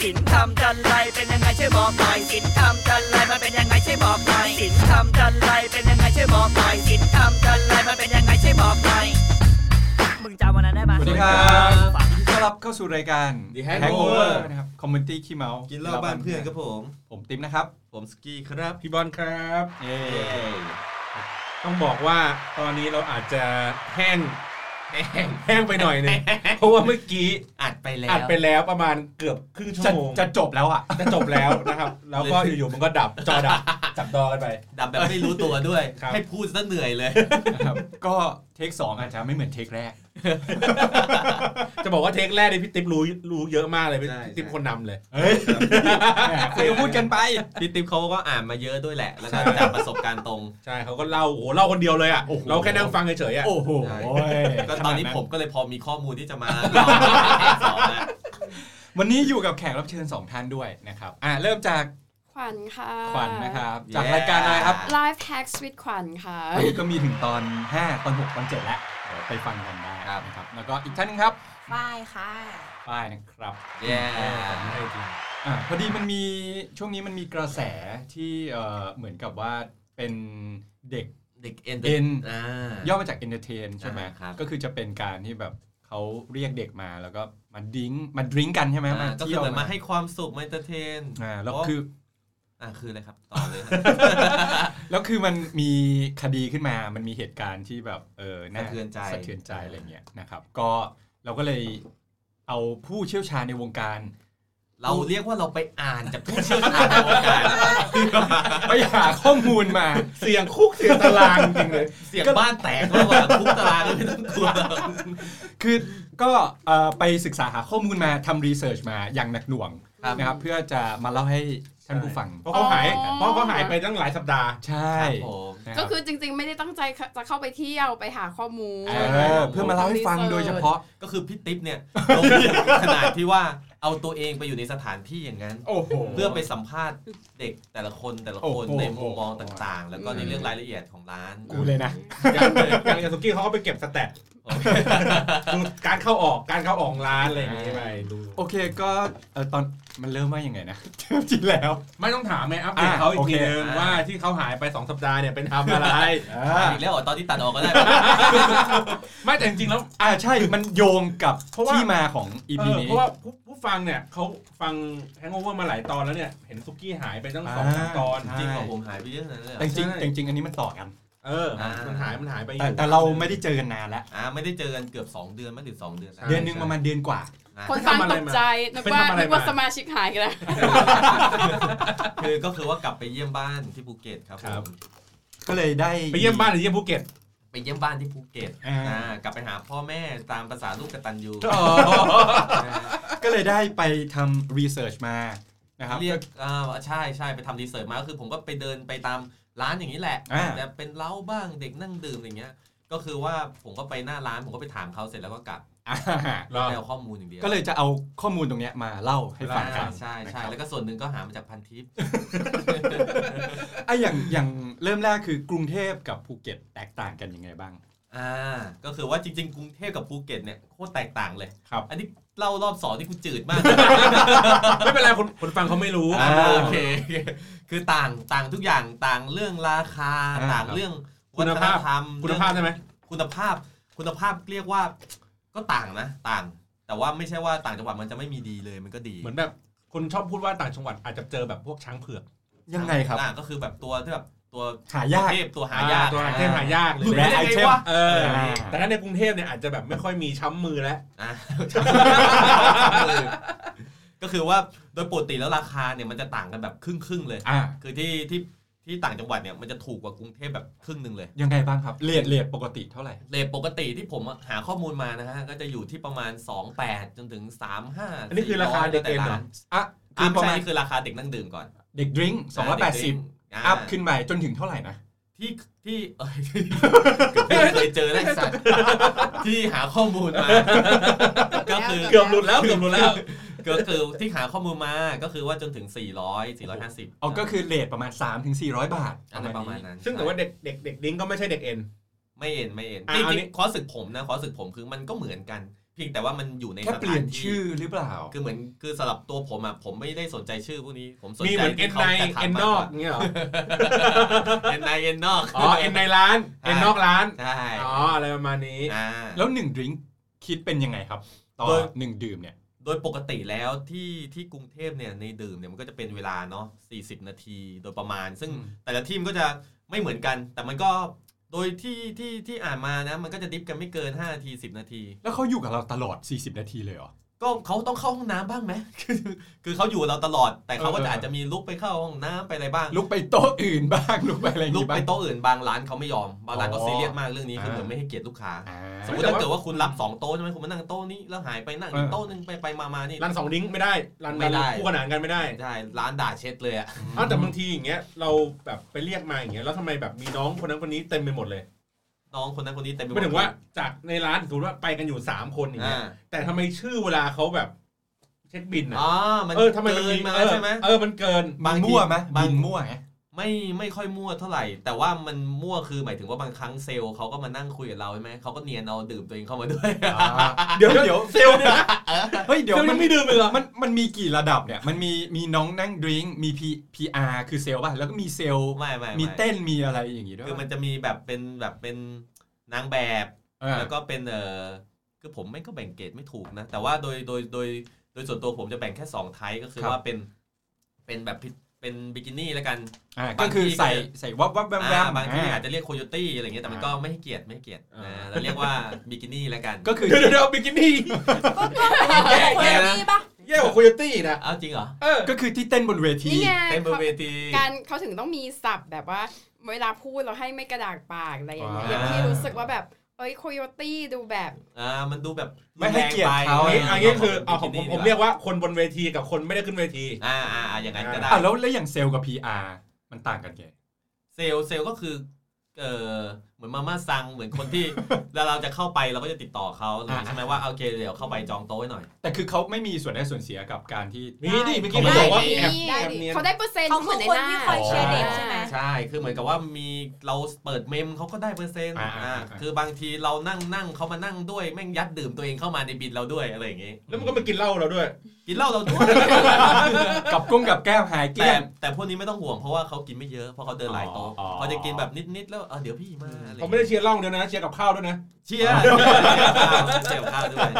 สินทำจันไรเป็นยังไงช่วยบอกหน่อยสินทำจันไรมันเป็นยังไงช่วยบอกหน่อยสินทำจันไรเป็นยังไงช่วยบอกหน่อยสินทำจันไรมันเป็นยังไงช่วยบอกหน่อยมึงจำวันนั้นได้ไหม สวัสดีครับ ฝาก ต้อนรับเข้าสู่รายการ The Hangover นะครับคอมมูนิตี้ขี้เมากิ กินเหล้าบ้านเพื่อนครับผม ผมติ๊มนะครับ ผมสกี้ครับ พี่บอลครับ เย้ ต้องบอกว่าตอนนี้เราอาจจะแห้งแห้งไปหน่อยหนึงเพราะว่าเมื่อกี้ อัดไปแล้ว อัดไปแล้วประมาณเกือบครึ่งชั่ จะ วโมง จะจบแล้วอ่ะ จะจบแล้วนะครับ แล้วก็อยู่ๆมันก็ดับจอดับ จับดอกันไป ดับแบบไม่รู้ตัวด้วย ครับ ให้พูดซะเหนื่อยเลย นะครับก็เทคสองอาจจะไม่เหมือนเทคแรก จะบอกว่าเทคแรกเนี่ยพี่ติ๊บรู้รู้เยอะมากเลยพี่ ใช่ ติ๊บคนนำเลย เฮ้ยคุยพูดกันไป พี่ติ๊บเขาก็อ่านมาเยอะด้วยแหละ แล้วก็จากประสบการณ์ตรง ใช่เขาก็เล่าโอ้โหเล่าคนเดียวเลยอ่ะ โอ้โห เราแค่นั่งฟังเฉยๆอ่ะ โอ้โห ใช่ ย ก็ตอนนี้ ขนาด ผมก็เลยพอมีข้อมูลที่จะมาเล่าให้สองนะ วันนี้อยู่กับแขกรับเชิญสองท่านด้วยนะครับอ่ะเริ่มจาก ขวัญค่ะ ขวัญนะครับ จากรายการอะไรครับ ไลฟ์แฮกสวิตขวัญค่ะ วันนี้ก็มีถึงตอน 5 ตอน 6 ตอน 7 แล้วเดี๋ยวไปฟังกันได้นะครับ แล้วก็อีกท่านหนึงครับ ป้ายค่ะ ป้ายนะครับ แย่ อ่ะพอดีมันมีช่วงนี้มันมีกระแสที่เอ่อเหมือนกับว่าเป็นเด็ก เด็กเอ็น เอ็น อ่า ย่อมาจาก entertain ใช่ไหม อ่าครับ ก็คือจะเป็นการที่แบบเขาเรียกเด็กมาแล้วก็มาดิ้งมาดริ้งกันใช่ไหม อ่า มา ก็คื เที่ อ ยว เหมือน มา มาให้ความสุขมาเอนเตอร์เทน อ่าแล้วคือ อ่าคืออะไรครับ ต่อเลยครับ แล้วคือมันมีคดีขึ้นมา มันมีเหตุการณ์ที่แบบเออ สะ น่า เทือนใจ สะเทือนใจอะไรเงี้ยนะครับก็เราก็เลยเอาผู้เชี่ยวชาญในวงการ เราเรียกว่าเราไปอ่านจากผู้เชี่ยวชาญในวงการ ไปหาข้อมูลมา เสียงคุกเสียงตารางจริงๆเลย เสียงบ้านแตกมากกว่าคุกตารางเลยไม่ต้องกลัว คือก็เอ่อไปศึกษาหาข้อมูลมาทำรีเสิร์ชมาอย่างหนักหน่วง ครับ นะครับเพื่อจะมาเล่าให้ท่านผู้ฟัง เพราะเขาหาย อ๋อ เพราะเขาหายไปตั้งหลายสัปดาห์ ใช่ ครับผม นะ ก็ รับ คือจริงๆ ไม่ได้ตั้งใจจะเข้าไปเที่ยวไปหาข้อมูล เออเพื่อมาเล่าให้ฟังโดยเฉพาะ ก็คือพี่ติ๊บเนี่ยลงทุนขนาดที่ว่าเอาตัวเองไปอยู่ในสถานที่อย่างนั้น โอ้โห เพื่อไปสัมภาษณ์เด็กแต่ละคนแต่ละคน โอ้โห ในมุมมองต่างๆ แล้วก็ในเรื่องรายละเอียดของร้าน กูเลยนะ อย่างอย่างยาสุกี้เขาก็ไปเก็บสแตทดูการเข้าออกการเข้าออกร้านอะไรอย่างเงี้ยไปดู โอเคก็เอ่อตอนมันเริ่มว่ายังไงนะ จริงแล้ว ไม่ต้องถามไงอัปเดตเขาอีกทีนึงว่าที่เขาหายไป 2 สัปดาห์เนี่ยเป็นทำอะไร อีกแล้วเหรอตอนที่ตัดออกก็ได้ ไม่แต่จริงๆแล้ว อ่าใช่มันโยงกับ เพราะว่า ที่มาของ เอ EP อ นี้ เพราะว่าผู้ผู้ฟังเนี่ยเขาฟังแฮงโอเวอร์มาหลายตอนแล้วเนี่ยเห็นสุกี้หายไปตั้งสองสามตอน จริงของผมหายไปเยอะขนาดนั้นเลยเหร แต่ อ จริง ใช่ แต่จริงอันนี้มันต่อกัน เออ อ่ามั มันหายมันหายไปอ แต่ ยู่ แต่เราไม่ได้เจอกันนานแล้ว อ่าไม่ได้เจอกันเกือบ 2 เดือนมั้งหรือ 2 เดือนแล้ว เดือนหนึงประมาณเดือนกว่า อ่า คนฟังตกใจนึกว่านึกว่าสมาชิกหายกันแล้ว คือก็คือว่ากลับไปเยี่ยมบ้านที่ภูเก็ตครับผม ก็เลยได้ ไปเยี่ยมบ้านหรือเยี่ยมภูเก็ต ไปเยี่ยมบ้านที่ภูเก็ต อ่า อ่ากลับไปหาพ่อแม่ตามภาษาลูกกตัญญู อ๋อก็เลยได้ไปทำรีเสิร์ชมานะครับ เรียกอ่าใช่ใช่ไปทำรีเสิร์ชมาก็คือผมก็ไปเดินไปตามร้านอย่างนี้แหละ อ่า แต่เป็นเล้าบ้างเด็กนั่งดื่มอย่างเงี้ย ก็คือว่าผมก็ไปหน้าร้านผมก็ไปถามเขาเสร็จแล้วก็กลับ อ่า เหรอ ไปเอาข้อมูลอย่างเดียว ก็เลยจะเอาข้อมูลตรงเนี้ยมาเล่าให้ฟังกั อ่าน ใช่ใช่แล้วก็ส่วนหนึ่งก็หามาจากพัน ทิป ไอะอย่างอย่างเริ่มแรกคือกรุงเทพกับภูเก็ตแตกต่างกันยังไงบ้าง อ่าก็คือว่าจริง ๆ กรุงเทพกับภูเก็ตเนี่ยโคตรแตกต่างเลย ครับ อันนี้เล่ารอบสองที่คุณจืดมาก ไม่เป็นไรคนคนฟังเขาไม่รู้ อ่าโอเคโอเคคือต่างต่างทุกอย่างต่างเรื่องราคา อ่า ต่างเรื่อง คุ วั ณ ฒน ภาพ ธรรม คุณภาพใช่ไหม คุณภาพคุณภาพเรียกว่าก็ต่างนะ ต่าง แต่ว่าไม่ใช่ว่าต่างจังหวัดมันจะไม่มีดีเลยมันก็ดี เหมือนแบบคนชอบพูดว่าต่างจังหวัดอาจจะเจอแบบพวกช้างเผือก ยังไงครับ อ่าก็คือแบบตัวที่แบบตัว หายาก เทพตัวหายาก ตัวหาเทพหายากหรือ Rare ไง item วะ เออ อ่า แต่ถ้าในกรุงเทพเนี่ยอาจจะแบบไม่ค่อยมีช้ำมือแล้ว อ่ะ ก็คือว่าโดยปกติแล้วราคาเนี่ยมันจะต่างกันแบบครึ่งครึ่งๆเลย อ่า คือที่ที่ที่ต่างจังหวัดเนี่ยมันจะถูกกว่ากรุงเทพแบบครึ่งหนึ่งเลย ยังไงบ้างครับเลทเลทปกติเท่าไหร่ เลทปกติที่ผมหาข้อมูลมานะฮะก็จะอยู่ที่ประมาณ 28 จนถึง 35 อันนี้คือราคาเด็กเอ็นเหรอ อ่ะ คื คือ อ ป ประ ระ มา มา ณ ณคือราคาเด็กนั่งดื่มก่อน เด็กดริงสองร้อยแปดสิบ า อัพขึ้นไปจนถึงเท่าไหร่นะ ที่ที่เอ้ย ไม่เคยเจอแล้วไอ้สัตว์ที่หาข้อมูลมาก็คือ เกือบหลุดแล้ว เกือบหลุดแล้วก็คือที่หาข้อมูลมาก็คือว่าจนถึง 400 450 อ๋อก็คือเลทประมาณ 3 4 0ถึง400 บาท อันนั้นประมาณนั้น ซึ่งแต่ว่าเด็กเด็กเด็กดิ้งก็ไม่ใช่เด็กเอ็น ไม่เอ็นไม่เอ็น อ่า จ อัน ริ นี้ งๆความรู้สึกผมนะความรู้สึกผมคือมันก็เหมือนกัน พียงแต่ว่ามันอยู่ใน แค่ ส เป ถา ลี่ย น น ที่ ชื่อหรือเปล่า คือเหมือนคือสำหรับตัวผมอ่ะผมไม่ได้สนใจชื่อพวกนี้ผมสน มี ใจ เหมือนเอ็นใน ที่ขาจะทำ เอ็นนอกเงี้ยเหรอ เอ็นในเอ็นนอก อ๋อเอ็นในร้านเอ็นนอกร้าน ใช่ อ๋ออะไรประมาณนี้ อ่า แล้วหนึ่งดริงค์คิดเป็นยังไงครับ ต่อ เบอร์ หนึ่งดื่มเนี่ย โดยปกติแล้วที่ที่กรุงเทพเนี่ยในดื่มเนี่ยมันก็จะเป็นเวลาเนาะ40 นาทีโดยประมาณ ซึ่ง อืม แต่ละทีมนก็จะไม่เหมือนกัน แต่มันก็โดยที่ที่ที่อ่านมานะ มันก็จะดิฟกันไม่เกิน 5 นาที 10 นาที แล้วเขาอยู่กับเราตลอด 40 นาทีเลยเหรอ ก็เขาต้องเข้าห้องน้ำบ้างไหม คือคือเขาอยู่กับเราตลอด แต่เขาก็ เออเออจะอาจจะมีลุกไปเข้าห้องน้ำไปอะไรบ้าง ลุกไปโต๊ะอื่นบ้าง ลุกไปอะไรอย่าง ลุก งี้ ไป บ้าง โต๊ะอื่นบางร้านเขาไม่ยอม บางร้านก็ อ๋อ ซีเรียสมากเรื่องนี้คือ อ่า เหมือนไม่ให้เกียรติลูกค้า อ่า สมมติถ้าเกิดว่าคุณรับสองโต๊ะใช่ไหมคุณมานั่งโต๊ะนี้แล้วหายไปนั่งอีก เออ โต๊ะหนึงไปไปมามานี่ รันสองลิงก์ไม่ได้รัน ไม่ได้ รันคู่ขนานกันไม่ได้ ใช่ร้านด่าเช็ดเลยอะ อ้าวแต่บางทีอย่างเงี้ยเราแบบไปเรียกมาอย่างเงี้ยแล้วทำไมแบบมีน้องคนนั้นคนนี้เต็มไปหมดเลย น้องคนนั้นคนนี้เต็มไปหม ไม่ ด ถึงว่าจากในร้านสมมติว่าไปกันอยู่สามคนอย่างเงี้ย อ่า แต่ทำไมชื่อเวลาเขาแบบเช็คบินอะ อ๋อมัน เออทำไมมัน เกินมา เออ ใช่ไหม เออมันเกิน บางมั่วไหม บา บาง งมั่วไง ไม่ไม่ค่อยมั่วเท่าไหร่ แต่ว่ามันมั่วคือหมายถึงว่าบางครั้งเซลล์เขาก็มานั่งคุยกับเราใช่ไหมเขาก็เนียนเอาดื่มตัวเองเข้ามาด้วย เดี๋ยวเดี๋ยวเซลเนี่ยนะเฮ้ยเดี๋ยว เซลล์ยังไม่ดื่มเลยเหรอ มันมันมีกี่ระดับเนี่ย มันมีมีน้องนั่งดริงก์มีพีพีอาร์คือเซลล์ป่ะ แล้วก็มีเซลล์ ไม่ไม่ มี ไม่ เต้นมีอะไรอย่างงี้ด้วย คือมันจะมีแบบเป็นแบบเป็นนางแบบ อ่า แล้วก็เป็นเออคือผมไม่ก็แบ่งเกรดไม่ถูกนะ แต่ว่าโดยโดยโดยโดยส่วนตัวผมจะแบ่งแค่สองไทป์ก็คือว่าเป็นเป็นแบบพิเป็นบิกินี่แล้วกัน อ่าก็คือบ างที ใส่ใส่วับวับแวมแว อ่าม บางที่อาจ อ่ จะเรียกโคโยตี้อะไรอย่างเงี้ยแต่มันก็ไม่ให้เกียรติไม่ให้เกียรตินะเราเรียกว่าบิกินี่แล้วกัน ก็คือ เดี๋ยวเดี๋ยวเดี๋ยวบิกินี่ ก็ต้องเป็น แย่ คน แย่นะ นี้ปะ แย่กว่าโคโยตี้นะ เอาจริงเหรอ เออ ก็คือที่เต้นบนเวที นี่ไง เต้นบนเวที การเขาถึงต้องมีศัพท์แบบว่าเวลาพูดเราให้ไม่กระดากปากอะไรอย่างเงี้ย อ่า อย่างที่รู้สึกว่าแบบเอ้ยโคโยตี้ดูแบบ อ่า มันดูแบบ ไม่ให้เกียรติเขา เอา แร งี้อันงไปนี้คือเอา ข ข อ อง งผผม ม ผ ผม ม เรี เรี ย ย ก กว่าคนบนเวทีกับคนไม่ได้ขึ้นเวที อ่าอ่าอ่าอย่างนั้นก็ได้ อ่าแล้วแล้วอย่างเซลล์กับ PR มันต่างกันไง เซลล์เซลล์ก็คือเออเหมือนมาม่าซังเหมือนคนที่ แล้วเราจะเข้าไปเราก็จะติดต่อเขาอะไรอย่างงี้ อ่า ใช่ไหมว่าโอเคเดี๋ยวเข้าไปจองโต๊ะให้หน่อย แต่คือเขาไม่มีส่วนได้ส่วนเสียกับการที่ มีดิเมื่อกี้ ได้ เขาบอกว่า ได้ มีแอบแอดิบเนียน เขาได้เปอร์เซ็นต์ เขา เหมืคือ อนใน คน หน้า ที่คอยเชียร์เด็กใช่ไหม ใช่ คือเหมือนกับว่ามีเราเปิดเมมเขาก็ได้เปอร์เซ็นต์ อ่าอ่า อ่า อ่า คือบางทีเรานั่งนั่งเขามานั่งด้วยแม่งยัดดื่มตัวเองเข้ามาในบินเราด้วยอะไรอย่างงี้ แล้วมันก็มากินเหล้าเราด้วย กินเหล้าเราด้วย กับกุ้งกับแก้มหายเก แต่ ลี้ยง แต่พวกนี้ไม่ต้องห่วงเพราะว่าเขากินไม่เยอะเพราะเขาเดินหลายโต๊ะ อ๋ออ๋อ เขาจะกินแบบนิดๆแล้วเออเดี๋ยวพี่มาอะไรอย่งงี้ย เขาไม่ได้เชียร์เหล้าเดียวนะเชียร์กับข้าวด้วยนะ เชียร์เชียร์เชียร์ข้าวด้วย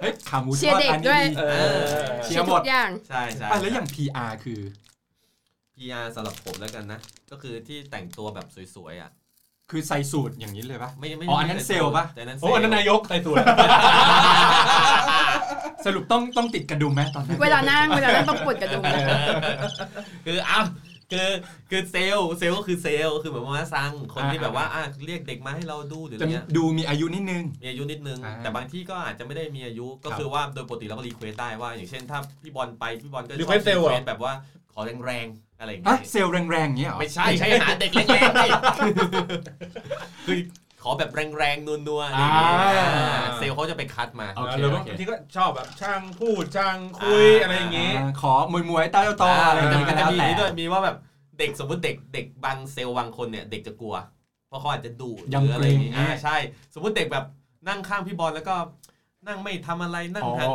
เฮ้ยขาหมูท เชียร์ อด เด็ก อันนี้ด้วย ดี เออ เชียร์หม ทุ ด กอย่าง ใช่ใช่ อ่ะแล้วอย่าง PR คือ พีอาร์สำหรับผมแล้วกันนะ ก็คือที่แต่งตัวแบบสวยๆอ่ะ คือใส่สูตรอย่างนี้เลยปะ ไม่ไม่ อ๋ออันนั้นเซลล์ปะ แต่อันนั้นเซล โอ้ ล์ อันนั้นนายกใส่สูตร สรุปต้องต้องติดกระดุมไหมตอนนั้น เวลานั่งเวลานั่งต้องปวดกระดุมนะ คืออ้าวคือคือเซลล์เซลล์ก็คือเซลล์คือเหมือนมาสั่งคนที่ อ่า แบบว่าอ่ะเรียกเด็กมาให้เราดูหรืออะ จะ ไรเงี้ย ดูมีอายุนิดนึง มีอายุนิดนึง อ่า แต่บางที่ก็อาจจะไม่ได้มีอายุก็ ครับ คือว่าโดยปกติเราก็รีเควสได้ว่า อย่างเช่นถ้าพี่บอลไปพี่บอลก็ชอบ request เซลล์เหรอ request แบบว่าขอแรงๆอะไรอย่าง อ่ะ เงี้ย เซลล์แรงๆอย่างเงี้ยเหรอ ไม่ใช่ใช้หาเด็กแรงๆดิคือขอแบบแรงๆนัวๆอะไรอย่างเงี้ย อ่า อ่าเซลลเขาจะไปคัดมา โอเค หรือบาง โอเค ทีก็ชอบแบบช่างพูดช่างคุย อ่า อะไรอย่างงี้ อ่าขอมวยมวยๆใต้เต้าตออะไรอย่าง แต่ งี้ มั ก็ นแล้วจะมี แต่ นี่ด้วยมีว่าแบบเด็กสมมติเด็กเด็กบางเซลล์บางคนเนี่ยเด็กจะกลัว เพราะเขาอาจจะดุหรืออะไรอย่างเงี้ยอ่าใช่ สมมติเด็กแบบนั่งข้างพี่บอลแล้วก็ นั่งไม่ทำอะไรนั่งห่า